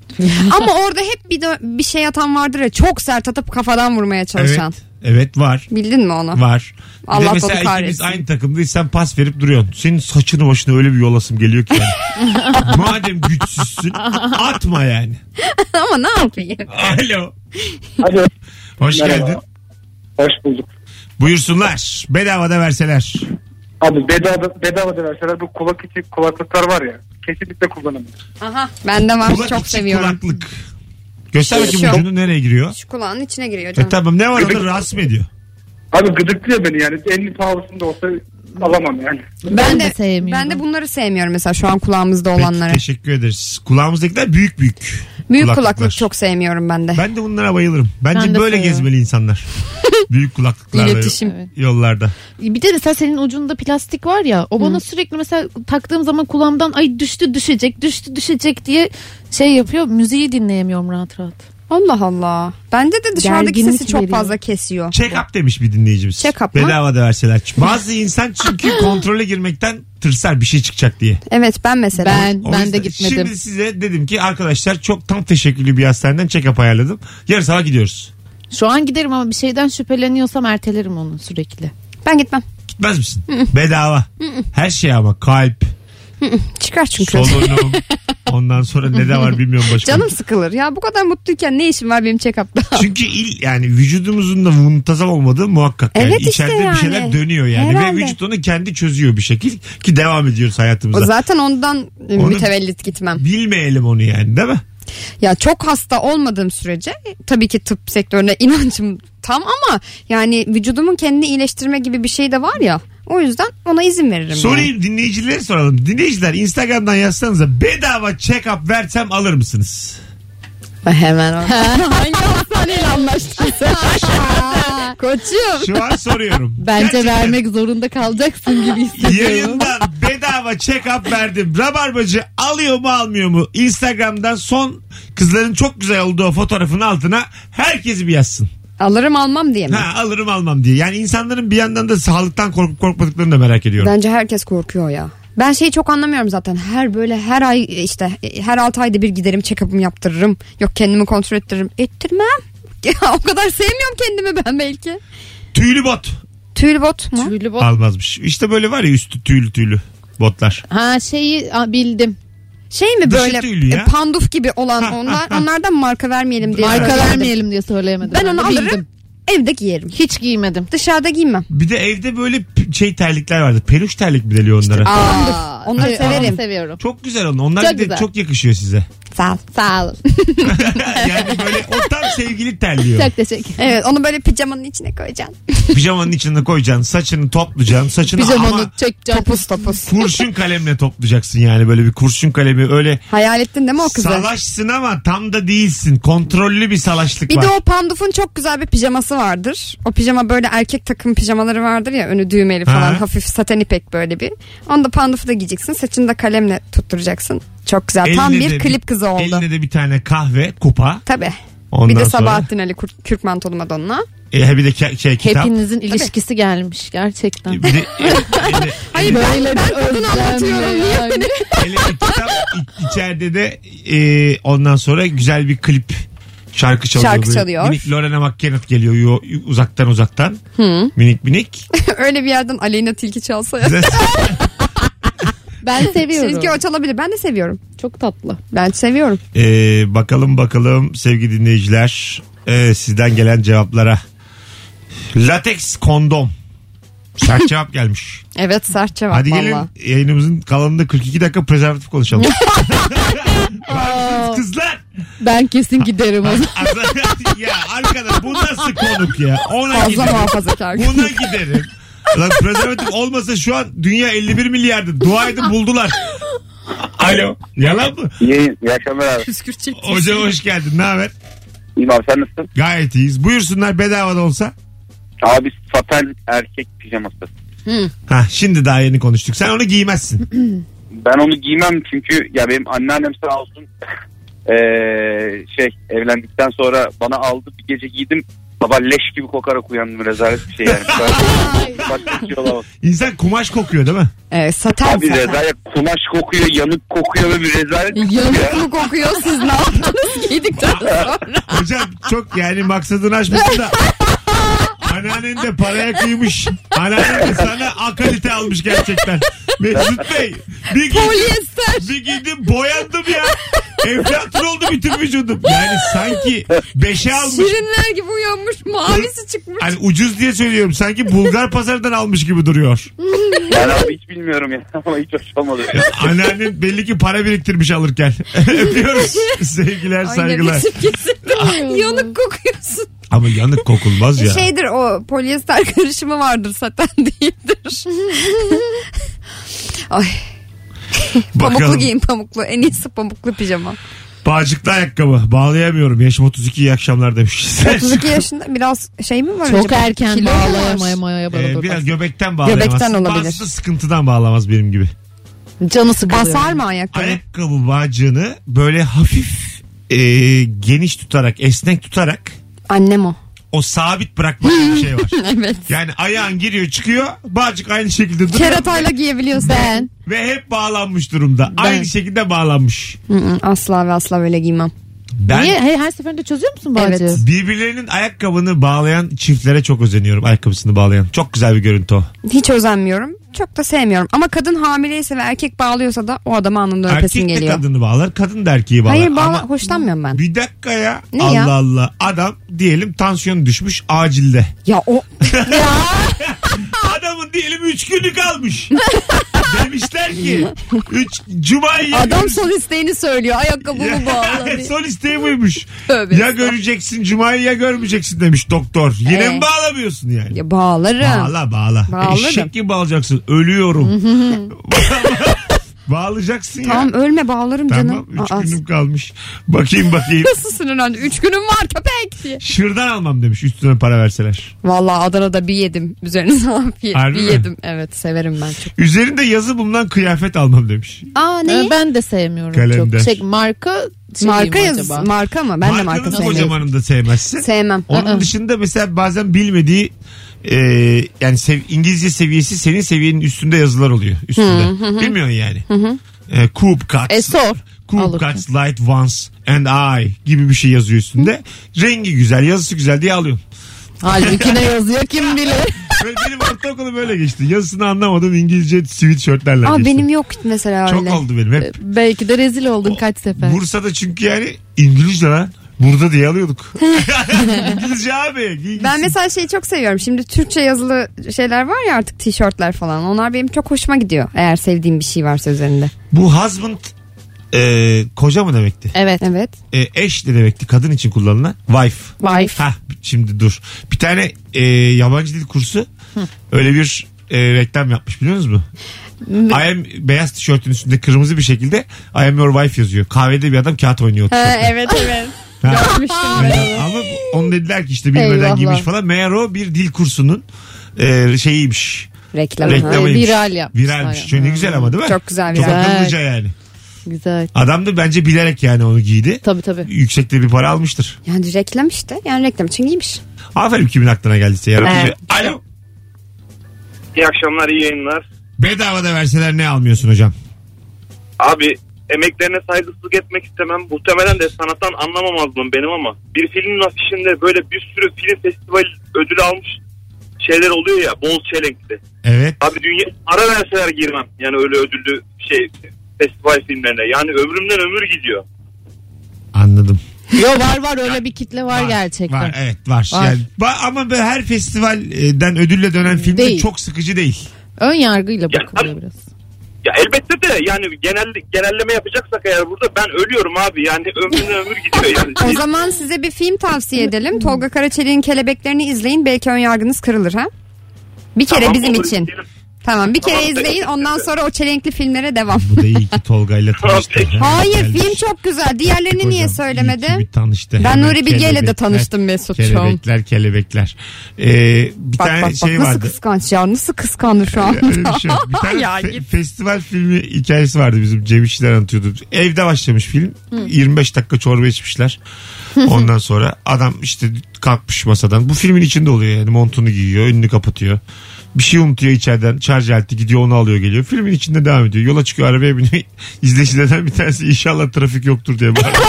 [SPEAKER 3] Ama orada hep bir dö- bir şey atan vardır ya çok sert atıp kafadan vurmaya çalışan.
[SPEAKER 2] Evet, evet var.
[SPEAKER 3] Bildin mi onu?
[SPEAKER 2] Var. Bir de
[SPEAKER 3] Allah
[SPEAKER 2] mesela
[SPEAKER 3] onu
[SPEAKER 2] ikimiz
[SPEAKER 3] kahretsin.
[SPEAKER 2] aynı takımdayız sen pas verip duruyorsun. Senin saçını başına öyle bir yolasım geliyor ki.
[SPEAKER 3] *laughs*
[SPEAKER 2] yani. Madem güçsüzsün atma yani.
[SPEAKER 3] *laughs* Ama ne yapayım?
[SPEAKER 2] Alo.
[SPEAKER 6] Alo.
[SPEAKER 2] Hoş
[SPEAKER 6] Merhaba.
[SPEAKER 2] geldin.
[SPEAKER 6] Hoş bulduk.
[SPEAKER 2] Buyursunlar. Bedava da verseler.
[SPEAKER 6] Abi bedava, bedava da verseler bu kulak içi kulaklıklar var ya. Kesinlikle kullanamam.
[SPEAKER 3] Aha. Ben de var
[SPEAKER 2] Kulak
[SPEAKER 3] çok
[SPEAKER 2] içi
[SPEAKER 3] seviyorum.
[SPEAKER 2] kulaklık. Göster bakayım
[SPEAKER 3] Şu.
[SPEAKER 2] ucunu nereye giriyor.
[SPEAKER 3] Şu kulağın içine giriyor
[SPEAKER 2] E
[SPEAKER 3] canım.
[SPEAKER 2] tamam ne var orada
[SPEAKER 6] Gıdık.
[SPEAKER 2] rahatsız mı ediyor?
[SPEAKER 6] Abi gıdıklıyor beni yani. En pahalısında olsa alamam yani.
[SPEAKER 4] Ben, de, sevmiyorum.
[SPEAKER 3] Ben de bunları sevmiyorum mesela şu an kulağımızda
[SPEAKER 2] Peki,
[SPEAKER 3] olanları.
[SPEAKER 2] teşekkür ederiz. Kulağımızdakiler büyük büyük.
[SPEAKER 3] Büyük
[SPEAKER 2] kulaklıklar.
[SPEAKER 3] kulaklık çok sevmiyorum ben de.
[SPEAKER 2] Ben de bunlara bayılırım. Bence
[SPEAKER 4] Ben de
[SPEAKER 2] böyle
[SPEAKER 4] seviyorum.
[SPEAKER 2] gezmeli
[SPEAKER 4] *laughs*
[SPEAKER 2] insanlar. büyük kulaklıklarla
[SPEAKER 3] İletişim.
[SPEAKER 4] Evet.
[SPEAKER 2] yollarda.
[SPEAKER 4] Bir de mesela senin ucunda plastik var ya o bana sürekli mesela taktığım zaman kulağımdan ay düştü düşecek düştü düşecek diye şey yapıyor müziği dinleyemiyorum rahat rahat.
[SPEAKER 3] Allah Allah. Bende de dışarıdaki
[SPEAKER 4] Gerginlik
[SPEAKER 3] sesi çok
[SPEAKER 4] veriyor.
[SPEAKER 3] fazla kesiyor.
[SPEAKER 2] Check up demiş bir dinleyicimiz.
[SPEAKER 3] Check up mı?
[SPEAKER 2] Bedava da verseler. Bazı insan
[SPEAKER 4] *laughs*
[SPEAKER 2] çünkü kontrole girmekten tırsar bir şey çıkacak diye.
[SPEAKER 3] Evet ben mesela.
[SPEAKER 4] Ben
[SPEAKER 2] O
[SPEAKER 4] ben de
[SPEAKER 2] yüzden
[SPEAKER 4] gitmedim.
[SPEAKER 2] Şimdi size dedim ki arkadaşlar çok tam teşekküllü bir hastaneden check up ayarladım. Yarın sabah gidiyoruz.
[SPEAKER 4] Şu an giderim ama bir şeyden şüpheleniyorsam ertelerim onu sürekli.
[SPEAKER 3] Ben gitmem.
[SPEAKER 2] Gitmez
[SPEAKER 4] *laughs*
[SPEAKER 2] misin?
[SPEAKER 4] Hmm.
[SPEAKER 2] Bedava. Her şey ama kalp,
[SPEAKER 3] Çıkar çünkü.
[SPEAKER 4] *laughs*
[SPEAKER 2] solunum. Ondan sonra ne de var bilmiyorum başka.
[SPEAKER 3] Canım sıkılır. Ya bu kadar mutluyken ne işim var benim check-up'ta?
[SPEAKER 2] Çünkü il yani vücudumuzun da muntazam olmadığı muhakkak. Yani.
[SPEAKER 3] Evet işte
[SPEAKER 2] İçeride bir
[SPEAKER 3] yani.
[SPEAKER 2] şeyler dönüyor yani.
[SPEAKER 3] Herhalde.
[SPEAKER 2] Ve vücut onu kendi çözüyor bir şekil ki devam ediyoruz hayatımıza.
[SPEAKER 3] O zaten ondan
[SPEAKER 2] Onu-
[SPEAKER 3] mütevellit gitmem.
[SPEAKER 2] Bilmeyelim onu yani değil mi?
[SPEAKER 3] Ya çok hasta olmadığım sürece e, tabii ki tıp sektörüne *laughs* inancım tam ama yani vücudumun kendini iyileştirme gibi bir şey de var ya. O yüzden ona izin veririm. yani.
[SPEAKER 4] *laughs*
[SPEAKER 2] Sorayım dinleyicilere soralım. Dinleyiciler Instagram'dan yazsanıza bedava check-up versem alır mısınız?
[SPEAKER 3] Ben Hemen o- Hangi hastaneyle anlaştın sen? Koçum.
[SPEAKER 2] Şu an
[SPEAKER 3] *laughs*
[SPEAKER 2] soruyorum.
[SPEAKER 4] Bence
[SPEAKER 2] Gerçekten
[SPEAKER 4] vermek zorunda kalacaksın gibi hissediyorum.
[SPEAKER 2] Yayından bedava check-up verdim. Rabarbacı alıyor mu almıyor mu? Instagram'dan son kızların çok güzel olduğu fotoğrafın altına herkes bir yazsın.
[SPEAKER 3] *laughs* Alırım almam diye mi?
[SPEAKER 2] Ha, alırım almam diye. Yani insanların bir yandan da sağlıktan korkup korkmadıklarını da merak ediyorum.
[SPEAKER 3] Bence herkes korkuyor ya. Ben şeyi çok anlamıyorum zaten. Her böyle her ay e, işte her 6 ayda bir giderim check-up'ımı yaptırırım. Yok kendimi kontrol ettiririm. Ettirmem. *laughs* Ya o kadar sevmiyorum kendimi ben belki.
[SPEAKER 2] Tüylü bot
[SPEAKER 3] Tüylü bot mu?
[SPEAKER 4] Tüylü bot.
[SPEAKER 2] almazmış. İşte böyle var ya üstü tüylü tüylü botlar.
[SPEAKER 4] Ha şeyi a, bildim.
[SPEAKER 3] Şey mi
[SPEAKER 2] Dışı
[SPEAKER 3] böyle
[SPEAKER 2] tüylü ya.
[SPEAKER 3] e, panduf gibi olan onlar onlardan marka vermeyelim diye.
[SPEAKER 4] Marka
[SPEAKER 3] söyledim.
[SPEAKER 4] vermeyelim diye söyleyemedim.
[SPEAKER 3] Ben onu
[SPEAKER 4] de bildim.
[SPEAKER 3] alırım. Evde giyerim.
[SPEAKER 4] Hiç giymedim.
[SPEAKER 3] Dışarıda giymem.
[SPEAKER 2] Bir de evde böyle p- şey terlikler vardı. Peluş terlik mi deliyor onlara?
[SPEAKER 4] Aa,
[SPEAKER 3] Onları
[SPEAKER 4] evet,
[SPEAKER 3] severim.
[SPEAKER 4] onu seviyorum.
[SPEAKER 2] Çok güzel onun. Onlar
[SPEAKER 4] Çok
[SPEAKER 2] bir de
[SPEAKER 4] güzel.
[SPEAKER 2] çok yakışıyor size.
[SPEAKER 3] Sağ ol.
[SPEAKER 4] Sağ olun.
[SPEAKER 2] yani böyle o tam sevgili terliyor.
[SPEAKER 4] *laughs* Çok teşekkür ederim.
[SPEAKER 3] Evet onu böyle pijamanın içine koyacaksın.
[SPEAKER 2] Pijamanın içine koyacaksın. Saçını toplayacaksın. Saçını ama
[SPEAKER 4] Pijamanı çekeceğim.
[SPEAKER 3] Topuz topuz.
[SPEAKER 2] kurşun kalemle toplayacaksın yani. Böyle bir kurşun kalemi öyle
[SPEAKER 3] Hayal ettin değil mi o kızı?
[SPEAKER 2] salaşsın ama tam da değilsin. Kontrollü bir salaşlık
[SPEAKER 3] Bir
[SPEAKER 2] var.
[SPEAKER 3] de o pandufun çok güzel bir pijaması vardır. O pijama böyle erkek takım pijamaları vardır ya önü düğmeli falan
[SPEAKER 2] Ha.
[SPEAKER 3] hafif saten ipek böyle bir. Onu da pandufu da giyeceksin saçını da kalemle tutturacaksın. Çok güzel tam
[SPEAKER 2] Eline
[SPEAKER 3] bir
[SPEAKER 2] de
[SPEAKER 3] klip kızı oldu.
[SPEAKER 2] Eline de bir tane kahve, kupa.
[SPEAKER 3] Tabii.
[SPEAKER 2] Ondan
[SPEAKER 3] bir de
[SPEAKER 2] sonra-
[SPEAKER 3] Sabahattin Ali Kür- Kürk Mantolu Madonna.
[SPEAKER 2] E, bir de ke- şey, kitap.
[SPEAKER 4] Hepinizin ilişkisi gelmiş gerçekten.
[SPEAKER 2] Bir de, e, e, e,
[SPEAKER 3] Hayır ben, ben kadın anlatıyorum. Niye beni-
[SPEAKER 2] Hele bir kitap iç- içeride de e, ondan sonra güzel bir klip şarkı çalıyor.
[SPEAKER 3] Şarkı
[SPEAKER 2] Böyle
[SPEAKER 3] çalıyor.
[SPEAKER 2] Minik Lorena McKennitt geliyor yo- uzaktan uzaktan. Minik minik.
[SPEAKER 3] *laughs* Öyle bir yerden Aleyna Tilki çalsa ya. *laughs*
[SPEAKER 4] Ben seviyorum.
[SPEAKER 3] Tilki o çalabilir. Ben de seviyorum.
[SPEAKER 4] Çok tatlı.
[SPEAKER 3] Ben seviyorum.
[SPEAKER 2] E, bakalım bakalım sevgili dinleyiciler e, sizden gelen cevaplara. Lateks kondom.
[SPEAKER 3] *laughs*
[SPEAKER 2] Sert cevap gelmiş.
[SPEAKER 3] Evet sert cevap
[SPEAKER 2] Hadi
[SPEAKER 3] valla.
[SPEAKER 2] gelin yayınımızın kalanında 42 dakika prezervatif
[SPEAKER 3] *laughs*
[SPEAKER 2] konuşalım. Var mısınız Kızlar
[SPEAKER 4] Ben kesin giderim
[SPEAKER 3] *laughs*
[SPEAKER 4] o zaman.
[SPEAKER 2] Az- ya arkadaş bu nasıl konuk ya? Ona
[SPEAKER 3] Fazla
[SPEAKER 2] giderim.
[SPEAKER 3] muhafazakar.
[SPEAKER 2] Buna giderim. Lan prezervatif olmasa şu an dünya 51 milyardı. Dua edin buldular. Alo. Yalan mı?
[SPEAKER 5] İyi, iyi akşamlar abi.
[SPEAKER 2] Hoca hoş geldin. Ne haber?
[SPEAKER 5] İyiyim abi sen nasılsın?
[SPEAKER 2] Gayet iyiyiz. Buyursunlar bedava da olsa.
[SPEAKER 5] Abi fatal erkek pijaması.
[SPEAKER 2] Ha şimdi daha yeni konuştuk. Sen onu giymezsin.
[SPEAKER 5] Ben onu giymem çünkü ya benim anneannem sağ olsun *laughs* eee, şey evlendikten sonra bana aldı bir gece giydim. Baba leş gibi kokarak uyandım rezalet bir şey yani. Ben- Başka bir şey olamaz.
[SPEAKER 2] İnsan kumaş kokuyor değil mi?
[SPEAKER 3] Evet, saten
[SPEAKER 5] Abi
[SPEAKER 3] saten.
[SPEAKER 5] rezalet kumaş kokuyor, yanık kokuyor ve
[SPEAKER 3] *laughs*
[SPEAKER 5] bir rezalet kokuyor ya.
[SPEAKER 3] Yanık mı kokuyor siz ne yaptınız
[SPEAKER 2] *laughs*
[SPEAKER 3] giydikten sonra?
[SPEAKER 2] Hocam çok yani maksadını aşmışsın da. Anneannen de paraya kıymış. Anneannen de sana akalite almış gerçekten. Mesut Bey. Bir gün-
[SPEAKER 3] Polyester.
[SPEAKER 2] Bir gittim boyandım ya. Enflatör oldu bütün vücudum. Yani sanki beşe almış.
[SPEAKER 3] Şirinler gibi uyanmış mavisi çıkmış.
[SPEAKER 2] Hani ucuz diye söylüyorum. Sanki Bulgar pazarından almış gibi duruyor.
[SPEAKER 5] Ben abi hiç bilmiyorum ya ama hiç hoş olmadı.
[SPEAKER 2] Anneannen belli ki para biriktirmiş alırken. *laughs* Öpüyoruz. Sevgiler,
[SPEAKER 3] Ay,
[SPEAKER 2] saygılar.
[SPEAKER 3] nefesim kesildi. Yanık kokuyorsun.
[SPEAKER 2] Ama yanık kokulmaz ya.
[SPEAKER 3] E, Şeydir o polyester *laughs* karışımı vardır saten *laughs* değildir. Ay pamuklu
[SPEAKER 2] Bakalım.
[SPEAKER 3] giyin pamuklu. En iyisi pamuklu pijama.
[SPEAKER 2] Bağcıklı ayakkabı. Bağlayamıyorum. Yaşım 32 iyi akşamlar demiş.
[SPEAKER 3] *laughs*
[SPEAKER 2] *laughs*
[SPEAKER 3] 32 yaşında biraz şey mi var
[SPEAKER 4] Çok
[SPEAKER 3] acaba?
[SPEAKER 4] erken
[SPEAKER 3] Kilo mu var?
[SPEAKER 4] bağlayamaya maya
[SPEAKER 2] Ee, biraz göbekten bağlayamaz.
[SPEAKER 3] Göbekten olabilir.
[SPEAKER 2] Bazısı sıkıntıdan bağlamaz benim gibi.
[SPEAKER 4] Canı sıkılıyor.
[SPEAKER 3] Basar mı
[SPEAKER 2] Hani?
[SPEAKER 3] ayakları?
[SPEAKER 2] Ayakkabı bağcığını böyle hafif e, geniş tutarak, esnek tutarak
[SPEAKER 3] Annem o.
[SPEAKER 2] o sabit bırakma diye bir şey
[SPEAKER 3] *laughs*
[SPEAKER 2] var.
[SPEAKER 3] Evet.
[SPEAKER 2] Yani ayağın giriyor çıkıyor bağcık aynı şekilde duruyor
[SPEAKER 3] Keratayla giyebiliyorsun.
[SPEAKER 4] Ben
[SPEAKER 2] ve hep bağlanmış durumda. Aynı şekilde bağlanmış.
[SPEAKER 3] Hı hı, Asla ve asla böyle giymem.
[SPEAKER 2] Ben
[SPEAKER 4] Niye? Her, her seferinde çözüyor musun bağcığı?
[SPEAKER 3] Evet.
[SPEAKER 2] birbirlerinin ayakkabını bağlayan çiftlere çok özeniyorum. Ayakkabısını bağlayan. Çok güzel bir görüntü o.
[SPEAKER 3] Hiç özenmiyorum. Çok da sevmiyorum. Ama kadın hamileyse ve erkek bağlıyorsa da o adamı anında öpesim
[SPEAKER 2] Erkek de
[SPEAKER 3] geliyor.
[SPEAKER 2] kadını bağlar, kadın da erkeği bağlar.
[SPEAKER 3] Hayır bağla
[SPEAKER 2] Ama
[SPEAKER 3] hoşlanmıyorum ben.
[SPEAKER 2] bir dakika ya.
[SPEAKER 3] Ne
[SPEAKER 2] Allah
[SPEAKER 3] ya?
[SPEAKER 2] Allah. Adam diyelim tansiyonu düşmüş *laughs* acilde.
[SPEAKER 3] Ya o *laughs*
[SPEAKER 2] Adamın diyelim 3 günü kalmış. Demişler ki 3 cuma yeri-
[SPEAKER 3] Adam son isteğini söylüyor.
[SPEAKER 2] *laughs*
[SPEAKER 3] Ayakkabımı bağla. diye.
[SPEAKER 2] Son isteği buymuş.
[SPEAKER 3] Tövbe
[SPEAKER 2] ya göreceksin cumayı ya görmeyeceksin demiş doktor. Yine mi
[SPEAKER 3] Ee?
[SPEAKER 2] bağlamıyorsun yani?
[SPEAKER 3] Ya bağlarım.
[SPEAKER 2] Bağla bağla.
[SPEAKER 3] Bağlarım.
[SPEAKER 2] Eşek gibi bağlayacaksın. Ölüyorum.
[SPEAKER 3] *laughs*
[SPEAKER 2] *laughs* Bağlayacaksın ya.
[SPEAKER 3] Tamam ölme bağlarım
[SPEAKER 2] Tamam.
[SPEAKER 3] canım.
[SPEAKER 2] Üç
[SPEAKER 3] Aa,
[SPEAKER 2] günüm kalmış. Bakayım bakayım.
[SPEAKER 3] Nasıl sinirlendi? Üç günüm var köpek diye.
[SPEAKER 2] Şırdan almam demiş üstüne para verseler.
[SPEAKER 3] Valla Adana'da bir yedim. Üzerine *laughs* sağlam bir,
[SPEAKER 2] Harbi
[SPEAKER 3] bir
[SPEAKER 2] mi?
[SPEAKER 3] yedim. Evet severim ben çok.
[SPEAKER 2] Üzerinde yazı bulunan kıyafet almam demiş.
[SPEAKER 3] Aa
[SPEAKER 4] Ee, Ben de sevmiyorum
[SPEAKER 2] Kalender.
[SPEAKER 4] çok. Şey, marka şey
[SPEAKER 3] marka
[SPEAKER 4] mi
[SPEAKER 3] yaz,
[SPEAKER 4] acaba?
[SPEAKER 3] marka mı? Ben de marka
[SPEAKER 2] Markanın
[SPEAKER 3] sevmiyorum.
[SPEAKER 2] kocamanını da sevmezsin.
[SPEAKER 3] Sevmem.
[SPEAKER 2] Onun dışında mesela bazen bilmediği e, yani sev- İngilizce seviyesi senin seviyenin üstünde yazılar oluyor. Üstünde. Bilmiyorsun yani. E, Coop Cuts.
[SPEAKER 4] E sor.
[SPEAKER 2] Cool
[SPEAKER 4] Alırken.
[SPEAKER 2] Cuts Light Once and I gibi bir şey yazıyor üstünde. Rengi güzel, yazısı güzel diye alıyorsun.
[SPEAKER 4] Halbuki ne yazıyor kim bilir.
[SPEAKER 2] Böyle benim ortaokulu böyle geçti. Yazısını anlamadım İngilizce sweatshirtlerle
[SPEAKER 3] Aa
[SPEAKER 2] geçti.
[SPEAKER 3] benim yok mesela
[SPEAKER 2] Çok
[SPEAKER 3] öyle.
[SPEAKER 2] oldu benim hep.
[SPEAKER 4] Belki de rezil oldun kaç sefer.
[SPEAKER 2] Bursa'da çünkü yani İngilizce lan. Burada diye alıyorduk. *laughs* İngilizce abi. İngilizce.
[SPEAKER 3] Ben mesela şeyi çok seviyorum. Şimdi Türkçe yazılı şeyler var ya artık tişörtler falan. Onlar benim çok hoşuma gidiyor. Eğer sevdiğim bir şey varsa üzerinde.
[SPEAKER 2] Bu husband e, koca mı demekti?
[SPEAKER 4] Evet.
[SPEAKER 3] Evet.
[SPEAKER 2] E, eş de demekti. Kadın için kullanılan. Wife.
[SPEAKER 4] Wife.
[SPEAKER 2] Hah şimdi dur. Bir tane e, yabancı dil kursu öyle bir e, reklam yapmış biliyor musunuz mu? I am, beyaz tişörtün üstünde kırmızı bir şekilde I am your wife yazıyor. Kahvede bir adam kağıt oynuyor.
[SPEAKER 3] Ha,
[SPEAKER 2] tişörtle.
[SPEAKER 3] evet evet.
[SPEAKER 2] Ha.
[SPEAKER 3] Görmüştüm
[SPEAKER 2] Ama-
[SPEAKER 3] ben.
[SPEAKER 2] *laughs* Ama onu dediler ki işte bilmeden
[SPEAKER 4] Eyvahlar.
[SPEAKER 2] giymiş falan. Meğer o bir dil kursunun e, şeyiymiş.
[SPEAKER 3] Reklam.
[SPEAKER 2] Reklamıymış.
[SPEAKER 4] Viral yapmışlar.
[SPEAKER 2] Viralmiş. Çünkü ne güzel ama değil mi?
[SPEAKER 3] Çok güzel
[SPEAKER 2] Çok
[SPEAKER 3] viral.
[SPEAKER 2] akıllıca yani.
[SPEAKER 4] Güzel.
[SPEAKER 2] Adam da bence bilerek yani onu giydi.
[SPEAKER 4] Tabii tabii.
[SPEAKER 2] Yüksekte bir para almıştır.
[SPEAKER 3] Yani reklam işte. Yani reklam için giymiş.
[SPEAKER 2] Aferin kimin aklına geldiyse yaratıcı.
[SPEAKER 4] Evet.
[SPEAKER 2] Alo.
[SPEAKER 7] İyi akşamlar, iyi yayınlar.
[SPEAKER 2] Bedava da verseler ne almıyorsun hocam?
[SPEAKER 7] Abi emeklerine saygısızlık etmek istemem. Muhtemelen de sanattan anlamamazdım benim ama bir filmin afişinde böyle bir sürü film festival ödülü almış şeyler oluyor ya bol çelenkli.
[SPEAKER 2] Evet.
[SPEAKER 7] Abi dünya ara verseler girmem. Yani öyle ödüllü şey festival filmlerine. Yani ömrümden ömür gidiyor.
[SPEAKER 2] Anladım.
[SPEAKER 4] Yo var var öyle bir kitle var, gerçekten.
[SPEAKER 2] Var, evet var.
[SPEAKER 4] Var.
[SPEAKER 2] Yani, ba- ama böyle her festivalden ödülle dönen film de
[SPEAKER 4] Değil.
[SPEAKER 2] çok sıkıcı değil.
[SPEAKER 4] Ön yargıyla
[SPEAKER 7] Ya,
[SPEAKER 4] bakılıyor biraz.
[SPEAKER 7] Ya elbette de yani genel genelleme yapacaksak eğer burada ben ölüyorum abi. Yani ömrümden ömür gidiyor yani.
[SPEAKER 3] *laughs* O zaman size bir film tavsiye edelim. Tolga Karaçelik'in Kelebeklerini izleyin. Belki ön yargınız kırılır ha. Bir kere
[SPEAKER 7] Tamam,
[SPEAKER 3] bizim
[SPEAKER 7] olur,
[SPEAKER 3] için.
[SPEAKER 7] gidelim.
[SPEAKER 3] Tamam bir kere
[SPEAKER 7] Tamam,
[SPEAKER 3] izleyin.
[SPEAKER 7] peki.
[SPEAKER 3] Ondan sonra o çelenkli filmlere devam.
[SPEAKER 2] Bu da iyi ki Tolga ile tanıştı.
[SPEAKER 7] Tamam,
[SPEAKER 3] Hayır
[SPEAKER 2] Gelmiş.
[SPEAKER 3] film çok güzel. Diğerlerini
[SPEAKER 2] Hocam,
[SPEAKER 3] niye
[SPEAKER 2] iyi ki
[SPEAKER 3] söylemedi?
[SPEAKER 2] bir tanıştı.
[SPEAKER 3] Ben
[SPEAKER 2] Hemen
[SPEAKER 3] Nuri Bilge ile de
[SPEAKER 2] kelebekler,
[SPEAKER 3] tanıştım Mesut'cum.
[SPEAKER 2] Kelebekler kelebekler. Ee, bir
[SPEAKER 3] Bak
[SPEAKER 2] tane
[SPEAKER 3] bak bak
[SPEAKER 2] şey
[SPEAKER 3] nasıl
[SPEAKER 2] vardı.
[SPEAKER 3] kıskanç ya nasıl kıskandı şu an.
[SPEAKER 2] Öyle
[SPEAKER 4] *laughs*
[SPEAKER 2] bir şey yok. Bir tane
[SPEAKER 3] Ya
[SPEAKER 2] fe-
[SPEAKER 3] git.
[SPEAKER 2] festival filmi hikayesi vardı bizim Cem İşçiler anlatıyordu. Evde başlamış film. 25 dakika çorba içmişler. Ondan sonra adam işte kalkmış masadan. Bu filmin içinde oluyor yani montunu giyiyor, önünü kapatıyor. Bir şey unutuyor içeriden. Şarj aleti gidiyor onu alıyor geliyor. Filmin içinde devam ediyor. Yola çıkıyor arabaya biniyor. *laughs* İzleyicilerden bir tanesi inşallah trafik yoktur diye
[SPEAKER 4] *laughs*
[SPEAKER 2] bağırıyor.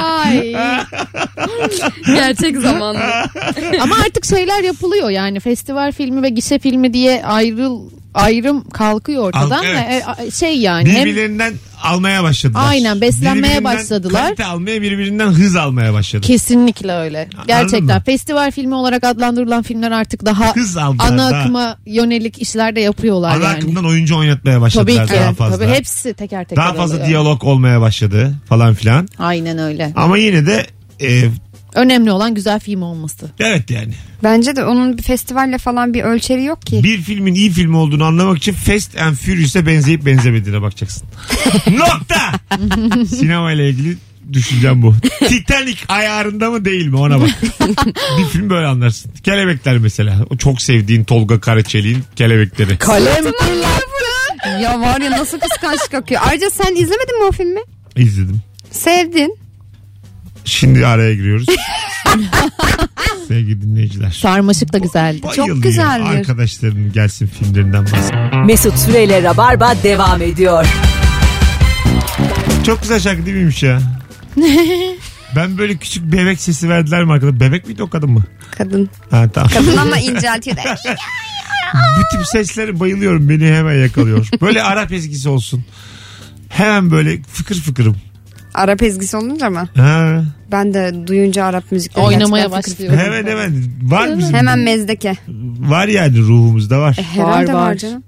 [SPEAKER 4] Ay.
[SPEAKER 3] Gerçek zamanlı.
[SPEAKER 4] *laughs* Ama artık şeyler yapılıyor yani festival filmi ve gişe filmi diye ayrıl ayrım kalkıyor ortadan
[SPEAKER 2] Al- evet.
[SPEAKER 4] ve e, a- şey yani hem
[SPEAKER 2] Birbirlerinden almaya başladılar.
[SPEAKER 4] Aynen, beslenmeye
[SPEAKER 2] Birbirinden
[SPEAKER 4] başladılar.
[SPEAKER 2] Kalite almaya birbirinden hız almaya başladı.
[SPEAKER 4] kesinlikle öyle.
[SPEAKER 2] Anladın
[SPEAKER 4] Gerçekten
[SPEAKER 2] mı?
[SPEAKER 4] festival filmi olarak adlandırılan filmler artık daha
[SPEAKER 2] Hız aldılar.
[SPEAKER 4] ana
[SPEAKER 2] daha.
[SPEAKER 4] akıma yönelik işler de yapıyorlar
[SPEAKER 2] Ana
[SPEAKER 4] yani.
[SPEAKER 2] akımdan oyuncu oynatmaya
[SPEAKER 4] Tabii
[SPEAKER 2] başladılar
[SPEAKER 4] ki.
[SPEAKER 2] daha fazla.
[SPEAKER 4] Tabii hepsi teker teker
[SPEAKER 2] daha fazla
[SPEAKER 4] oluyor.
[SPEAKER 2] diyalog olmaya başladı falan filan.
[SPEAKER 4] Aynen öyle.
[SPEAKER 2] Ama yine de e,
[SPEAKER 4] Önemli olan güzel film olması.
[SPEAKER 2] evet yani.
[SPEAKER 3] Bence de onun bir festivalle falan bir ölçeri yok ki.
[SPEAKER 2] Bir filmin iyi film olduğunu anlamak için Fast and Furious'e benzeyip benzemediğine
[SPEAKER 4] *laughs*
[SPEAKER 2] bakacaksın. Nokta! Sinemayla ilgili düşüncem bu. Titanic ayarında mı değil mi ona bak.
[SPEAKER 4] *laughs*
[SPEAKER 2] bir film böyle anlarsın. Kelebekler mesela. O çok sevdiğin Tolga Karaçelik'in kelebekleri.
[SPEAKER 4] Kalem
[SPEAKER 3] ya var ya nasıl kıskançlık akıyor. Ayrıca sen izlemedin mi o filmi?
[SPEAKER 2] İzledim.
[SPEAKER 3] Sevdin.
[SPEAKER 2] Şimdi araya
[SPEAKER 4] *laughs*
[SPEAKER 2] giriyoruz. Sevgili dinleyiciler.
[SPEAKER 4] sarmaşık da güzeldi.
[SPEAKER 2] Bayılıyor.
[SPEAKER 3] güzeldir.
[SPEAKER 2] Arkadaşlarım gelsin filmlerinden bahsedin.
[SPEAKER 1] Mesut Süreyle Rabarba devam ediyor.
[SPEAKER 2] Çok güzel şarkı değil miymiş *laughs* ya? ben böyle küçük bebek sesi verdiler mi arkada? Bebek miydi o kadın mı?
[SPEAKER 3] Kadın.
[SPEAKER 2] Ha *laughs* tamam.
[SPEAKER 3] Kadın ama inceltiyor. *laughs*
[SPEAKER 2] Bu tip seslere bayılıyorum. Beni hemen yakalıyor. Böyle Arap ezgisi olsun. Hemen böyle fıkır fıkırım.
[SPEAKER 3] Arap ezgisi olunca mı?
[SPEAKER 2] Ha.
[SPEAKER 3] Ben de duyunca Arap müzikleri
[SPEAKER 4] Oynamaya
[SPEAKER 3] gerçekten fıkır-
[SPEAKER 4] başlıyor.
[SPEAKER 2] Hemen hemen. Var bizim.
[SPEAKER 3] Hemen mezdeke.
[SPEAKER 2] Var yani ruhumuzda var.
[SPEAKER 3] Herhalde var,
[SPEAKER 4] var.
[SPEAKER 3] canım.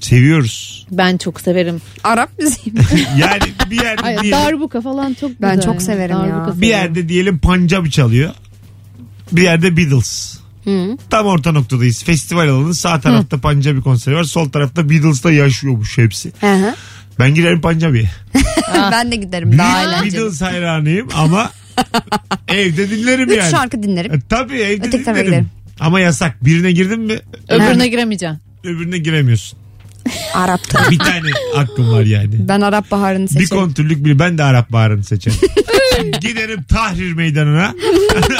[SPEAKER 2] Seviyoruz.
[SPEAKER 4] Ben çok severim.
[SPEAKER 3] Arap müziği.
[SPEAKER 2] Yani bir yerde
[SPEAKER 4] Ay,
[SPEAKER 2] diyelim,
[SPEAKER 4] darbuka falan çok güzel.
[SPEAKER 3] Ben çok
[SPEAKER 4] ya.
[SPEAKER 3] severim ya.
[SPEAKER 4] Darbuka
[SPEAKER 2] bir
[SPEAKER 4] severim.
[SPEAKER 2] yerde diyelim Punjabi çalıyor. Bir yerde Beatles.
[SPEAKER 3] Hı.
[SPEAKER 2] Tam orta noktadayız. Festival alanı sağ tarafta Punjabi konseri var. Sol tarafta Beatles'ta yaşıyormuş hepsi.
[SPEAKER 3] Hı hı.
[SPEAKER 2] Ben girerim Punjabi'ye.
[SPEAKER 3] ben de giderim. Daha
[SPEAKER 2] Büyük
[SPEAKER 3] eğlenceli.
[SPEAKER 2] Beatles hayranıyım
[SPEAKER 3] *laughs*
[SPEAKER 2] ama evde dinlerim
[SPEAKER 3] Üç
[SPEAKER 2] yani.
[SPEAKER 3] şarkı dinlerim.
[SPEAKER 2] E, Tabii evde
[SPEAKER 3] Öteki tarafa
[SPEAKER 2] dinlerim.
[SPEAKER 3] giderim.
[SPEAKER 2] Ama yasak. Birine girdin mi
[SPEAKER 4] Öbürüne giremeyeceksin.
[SPEAKER 2] öbürüne giremiyorsun.
[SPEAKER 3] Arap tabii.
[SPEAKER 2] Bir
[SPEAKER 3] *laughs*
[SPEAKER 2] tane hakkın var yani.
[SPEAKER 3] Ben Arap Baharı'nı
[SPEAKER 2] Bir
[SPEAKER 3] seçerim.
[SPEAKER 2] kontürlük bile ben de Arap Baharı'nı
[SPEAKER 3] *laughs*
[SPEAKER 2] seçerim. Giderim Tahrir Meydanı'na.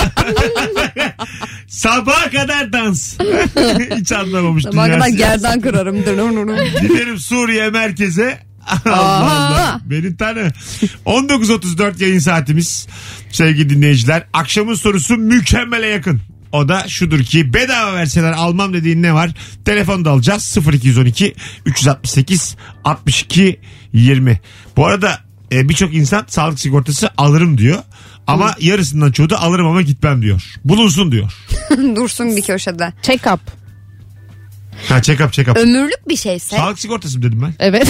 [SPEAKER 2] *laughs* Sabaha kadar dans. *laughs* Hiç anlamamış
[SPEAKER 3] Sabaha kadar
[SPEAKER 2] dünyası.
[SPEAKER 3] gerdan kırarım.
[SPEAKER 2] Giderim Suriye merkeze. *laughs* Allah Allah. Beni tanı. 19.34 yayın saatimiz. Sevgili dinleyiciler. Akşamın sorusu mükemmele yakın. O da şudur ki bedava verseler almam dediğin ne var? Telefonu da alacağız. 0212 368 62 20. Bu arada e, birçok insan sağlık sigortası alırım diyor. Ama yarısından çoğu da alırım ama gitmem diyor. Bulunsun diyor.
[SPEAKER 3] *laughs* Dursun bir köşede.
[SPEAKER 4] Check up.
[SPEAKER 2] Ha check up check up.
[SPEAKER 3] Ömürlük bir şeyse.
[SPEAKER 2] Sağlık sigortası mı dedim ben?
[SPEAKER 4] Evet.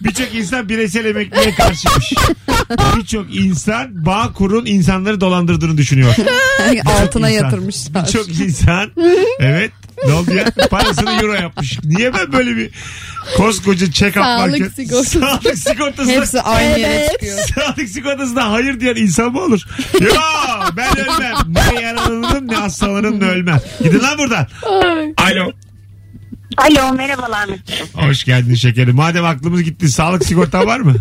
[SPEAKER 2] Birçok insan bireysel emekliye karşıymış. Birçok insan bağ kurun insanları dolandırdığını düşünüyor.
[SPEAKER 3] *laughs* *laughs* altına
[SPEAKER 2] insan.
[SPEAKER 3] yatırmışlar.
[SPEAKER 2] Birçok insan evet ne oldu ya? Parasını euro yapmış. Niye ben böyle bir koskoca check-up
[SPEAKER 4] Sağlık
[SPEAKER 2] market-
[SPEAKER 4] sigortası.
[SPEAKER 2] Sağlık sigortası.
[SPEAKER 3] Hepsi aynı yere çıkıyor.
[SPEAKER 2] Sağlık sigortasına hayır diyen insan mı olur? Yo ben ölmem. Ne yaralanırım ne hastalanırım ne ölmem. Gidin lan buradan. Alo.
[SPEAKER 8] Alo merhabalar. Mesut'um.
[SPEAKER 2] Hoş geldin şekerim. Madem aklımız gitti sağlık sigortan var mı?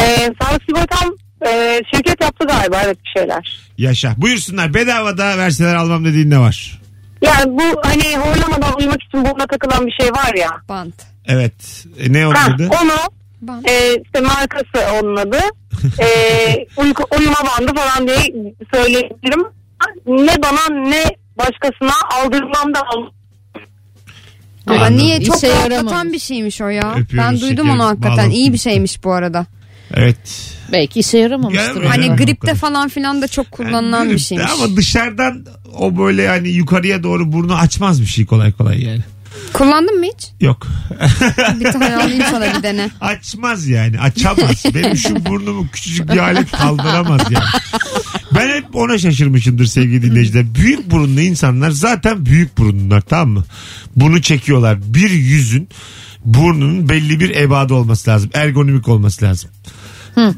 [SPEAKER 8] Ee, sağlık sigortam e, şirket yaptı galiba evet bir şeyler.
[SPEAKER 2] Yaşa. Buyursunlar bedava da verseler almam dediğin ne var?
[SPEAKER 8] Yani bu hani horlamadan uyumak için burnuna takılan bir şey var ya.
[SPEAKER 3] Bant.
[SPEAKER 2] Evet. E, ne
[SPEAKER 8] Ha,
[SPEAKER 2] oldu?
[SPEAKER 8] onu
[SPEAKER 3] Bant.
[SPEAKER 8] e, işte markası onun adı. E, uyku, uyuma bandı falan diye söyleyebilirim. Ne bana ne başkasına aldırmam da al-
[SPEAKER 3] Ama
[SPEAKER 2] Anladım.
[SPEAKER 3] niye? Çok
[SPEAKER 4] İşe yaramaz.
[SPEAKER 3] rahatlatan bir şeymiş o ya.
[SPEAKER 2] Öpüyoruz
[SPEAKER 3] ben duydum
[SPEAKER 2] şekerim.
[SPEAKER 3] onu hakikaten.
[SPEAKER 2] Bağlantı.
[SPEAKER 3] İyi bir şeymiş bu arada.
[SPEAKER 2] Evet.
[SPEAKER 4] *laughs* Belki işe yaramamıştır.
[SPEAKER 2] Gelmiyor.
[SPEAKER 4] o.
[SPEAKER 3] Hani
[SPEAKER 2] Evet.
[SPEAKER 3] gripte falan filan da çok kullanılan bir şeymiş.
[SPEAKER 2] Ama dışarıdan o böyle hani yukarıya doğru burnu açmaz bir şey kolay kolay yani.
[SPEAKER 3] Kullandın mı hiç?
[SPEAKER 2] Yok. *laughs*
[SPEAKER 3] Bir tane alayım sana bir dene.
[SPEAKER 2] Açmaz yani. Açamaz. Benim şu burnumu küçücük bir alet kaldıramaz yani. Ben hep ona şaşırmışımdır sevgili dinleyiciler. Büyük burunlu insanlar zaten büyük burunlular tamam mı? Bunu çekiyorlar. Bir yüzün burnunun belli bir ebada olması lazım. Ergonomik olması lazım.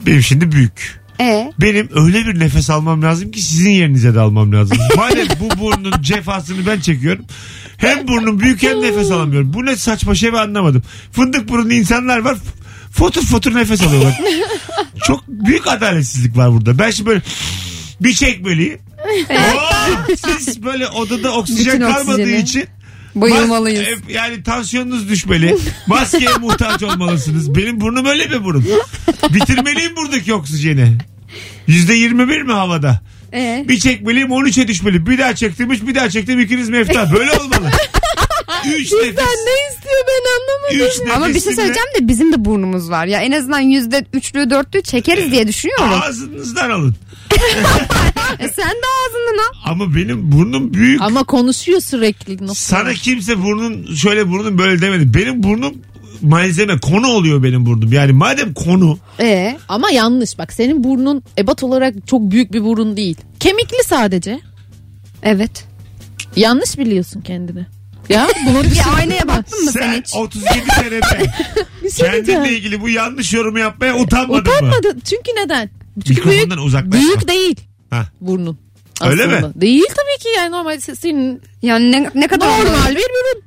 [SPEAKER 2] Benim şimdi büyük.
[SPEAKER 3] E
[SPEAKER 2] Benim öyle bir nefes almam lazım ki sizin yerinize de almam lazım. Madem bu burnun cefasını ben çekiyorum. Hem burnum büyük hem nefes alamıyorum. Bu ne saçma şey ben anlamadım. Fındık burunlu insanlar var. f- Fotur fotur nefes alıyorlar. Çok büyük adaletsizlik var burada. Ben şimdi böyle bir çekmeliyim. Oo, siz böyle odada oksijen
[SPEAKER 3] Bütün
[SPEAKER 2] kalmadığı
[SPEAKER 3] oksijeni.
[SPEAKER 2] için
[SPEAKER 3] bayılmalıyız.
[SPEAKER 2] Mas- e, yani tansiyonunuz düşmeli.
[SPEAKER 3] *laughs*
[SPEAKER 2] Maskeye muhtaç olmalısınız. Benim burnum öyle bir burun. Bitirmeliyim buradaki oksijeni. Yüzde yirmi bir mi havada?
[SPEAKER 3] E?
[SPEAKER 2] Bir çekmeliyim 13'e düşmeli. Bir daha çektim üç, bir daha çektim ikiniz mefta. Böyle olmalı. Üç nefes.
[SPEAKER 3] ne istiyor ben anlamadım.
[SPEAKER 2] Üç nefesimle-
[SPEAKER 3] Ama bir şey söyleyeceğim de bizim de burnumuz var. Ya en azından yüzde üçlü dörtlü çekeriz diye düşünüyorum.
[SPEAKER 2] Ağzınızdan alın.
[SPEAKER 3] E sen de ağzından al.
[SPEAKER 2] Ama benim burnum büyük.
[SPEAKER 4] Ama konuşuyor sürekli. Nasıl?
[SPEAKER 2] Sana kimse burnun şöyle burnun böyle demedi. Benim burnum malzeme konu oluyor benim burnum. Yani madem konu
[SPEAKER 3] E
[SPEAKER 4] Ama yanlış bak senin burnun ebat olarak çok büyük bir burun değil. Kemikli sadece.
[SPEAKER 3] evet.
[SPEAKER 4] Yanlış biliyorsun kendini. *laughs* Ya bunu şey
[SPEAKER 3] Bir aynaya baktın mı sen
[SPEAKER 2] sen
[SPEAKER 3] hiç?
[SPEAKER 2] 37 senede
[SPEAKER 4] bir şey diyeceğim.
[SPEAKER 2] kendinle ilgili bu yanlış yorumu yapmaya utanmadın mı?
[SPEAKER 4] Utanmadı. Çünkü neden? Çünkü büyük,
[SPEAKER 2] Mikrofondan uzaklaşma.
[SPEAKER 4] büyük değil
[SPEAKER 2] Ha.
[SPEAKER 4] burnun.
[SPEAKER 2] Öyle
[SPEAKER 4] aslında.
[SPEAKER 2] mi?
[SPEAKER 4] Değil tabii ki yani normal senin
[SPEAKER 3] Yani ne, ne kadar
[SPEAKER 4] normal bir burun.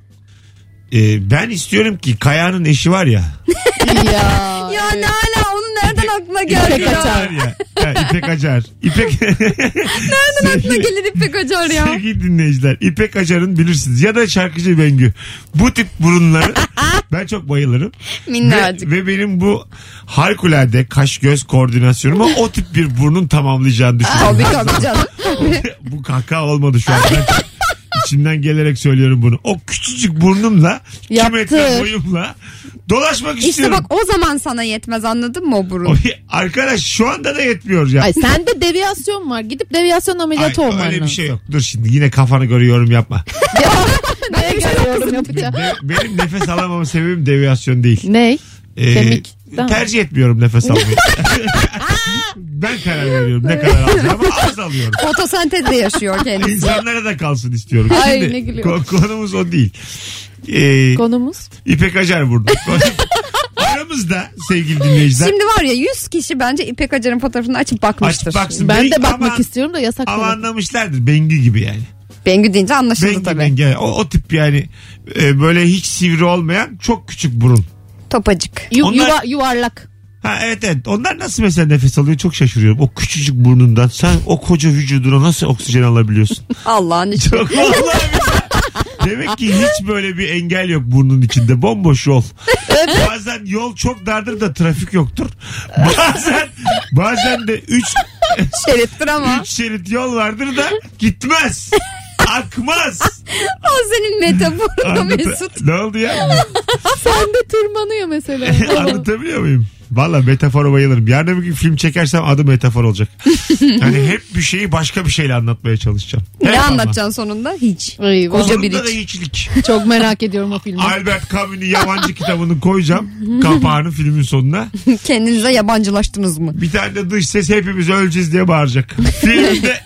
[SPEAKER 2] Ee, ben istiyorum ki Kaya'nın eşi var ya.
[SPEAKER 4] ya.
[SPEAKER 3] Ya ne hala onu nereden aklına geldi
[SPEAKER 4] İpek
[SPEAKER 2] İpek
[SPEAKER 3] ya?
[SPEAKER 2] Acar ya. Ha, İpek Acar. İpek... *laughs* Nereden
[SPEAKER 3] Aklına gelir İpek Acar *laughs* ya.
[SPEAKER 2] Sevgili dinleyiciler İpek Acar'ın bilirsiniz ya da şarkıcı Bengü. Bu tip
[SPEAKER 3] *laughs*
[SPEAKER 2] burunları ben çok bayılırım. Ve,
[SPEAKER 3] Minnacık.
[SPEAKER 2] ve benim bu harikulade kaş göz koordinasyonumu o tip bir burnun tamamlayacağını düşünüyorum.
[SPEAKER 3] Tabii tabii canım.
[SPEAKER 2] bu kaka olmadı şu an. Ben içimden gelerek söylüyorum bunu. O küçücük burnumla, iki
[SPEAKER 4] Yaptı.
[SPEAKER 2] metre boyumla dolaşmak
[SPEAKER 3] İşte
[SPEAKER 2] istiyorum.
[SPEAKER 3] bak o zaman sana yetmez anladın mı o burun?
[SPEAKER 2] O- Arkadaş şu anda da yetmiyor ya.
[SPEAKER 4] Ay sende deviyasyon var. Gidip deviyasyon
[SPEAKER 2] Ay,
[SPEAKER 4] ameliyatı olman
[SPEAKER 2] öyle bir
[SPEAKER 4] lazım. *laughs*
[SPEAKER 2] şey yok. Dur şimdi yine kafanı görüyorum yapma.
[SPEAKER 4] Neye göre yorum yapacağım?
[SPEAKER 2] Be- benim nefes alamam sebebim deviyasyon değil.
[SPEAKER 4] Ney?
[SPEAKER 2] Ee,
[SPEAKER 4] Kemik, değil mi?
[SPEAKER 2] tercih etmiyorum nefes almayı. *laughs* ben karar veriyorum ne kadar alacağımı az
[SPEAKER 4] *laughs*
[SPEAKER 2] alıyorum.
[SPEAKER 3] Fotosentezle yaşıyor kendisi.
[SPEAKER 2] İnsanlara da kalsın istiyorum.
[SPEAKER 4] Ay, ne gülüyorum.
[SPEAKER 2] ko- konumuz o değil. Ee,
[SPEAKER 4] Konumuz.
[SPEAKER 2] İpek Acar
[SPEAKER 3] *laughs*
[SPEAKER 2] vurdu. Aramızda sevgili dinleyiciler.
[SPEAKER 3] Şimdi var ya 100 kişi bence İpek Acar'ın fotoğrafını açıp bakmıştır.
[SPEAKER 2] Açıp baksın.
[SPEAKER 4] Ben
[SPEAKER 2] Belki
[SPEAKER 4] de bakmak
[SPEAKER 2] ama-
[SPEAKER 4] istiyorum da yasak.
[SPEAKER 2] Ama
[SPEAKER 4] tabii.
[SPEAKER 2] anlamışlardır. Bengü gibi yani.
[SPEAKER 3] Bengü deyince anlaşıldı
[SPEAKER 2] Bengü
[SPEAKER 3] tabii.
[SPEAKER 2] Bengü. yani. O, o tip yani e, böyle hiç sivri olmayan çok küçük burun.
[SPEAKER 3] Topacık.
[SPEAKER 4] Yu-
[SPEAKER 2] Onlar-
[SPEAKER 4] yuva- yuvarlak.
[SPEAKER 2] Ha evet evet. Onlar nasıl mesela nefes alıyor çok şaşırıyorum. O küçücük burnundan sen o koca vücuduna nasıl oksijen alabiliyorsun?
[SPEAKER 3] Allah'ın içi.
[SPEAKER 2] Çok
[SPEAKER 3] *laughs*
[SPEAKER 2] vallahi billahi. Demek ki hiç böyle bir engel yok burnun içinde. Bomboş yol. Bazen yol çok dardır da trafik yoktur. Bazen bazen de 3
[SPEAKER 3] *laughs* Şerittir ama.
[SPEAKER 2] Üç şerit yol vardır da gitmez. Akmaz.
[SPEAKER 3] O
[SPEAKER 2] *laughs*
[SPEAKER 3] senin metaforun
[SPEAKER 2] Anlata-
[SPEAKER 3] Mesut.
[SPEAKER 2] Ne oldu ya? *laughs*
[SPEAKER 4] Sen de tırmanıyor *laughs* mesela.
[SPEAKER 2] Anlatabiliyor muyum? Valla metafora bayılırım. Yarın öbür gün film çekersem adı metafor
[SPEAKER 3] *laughs*
[SPEAKER 2] olacak. hani hep bir şeyi başka bir şeyle anlatmaya çalışacağım. Hep
[SPEAKER 3] Ne
[SPEAKER 2] ama.
[SPEAKER 3] anlatacaksın sonunda? Hiç.
[SPEAKER 4] Ay, vallahi
[SPEAKER 3] Koca bir
[SPEAKER 2] Sonunda da
[SPEAKER 3] iç.
[SPEAKER 2] hiçlik.
[SPEAKER 4] Çok merak ediyorum o filmi.
[SPEAKER 2] Albert Camus'un yabancı kitabını koyacağım. Kapağını filmin sonuna.
[SPEAKER 3] Kendinize yabancılaştınız mı?
[SPEAKER 2] Bir tane de dış ses hepimiz öleceğiz diye bağıracak. Filmde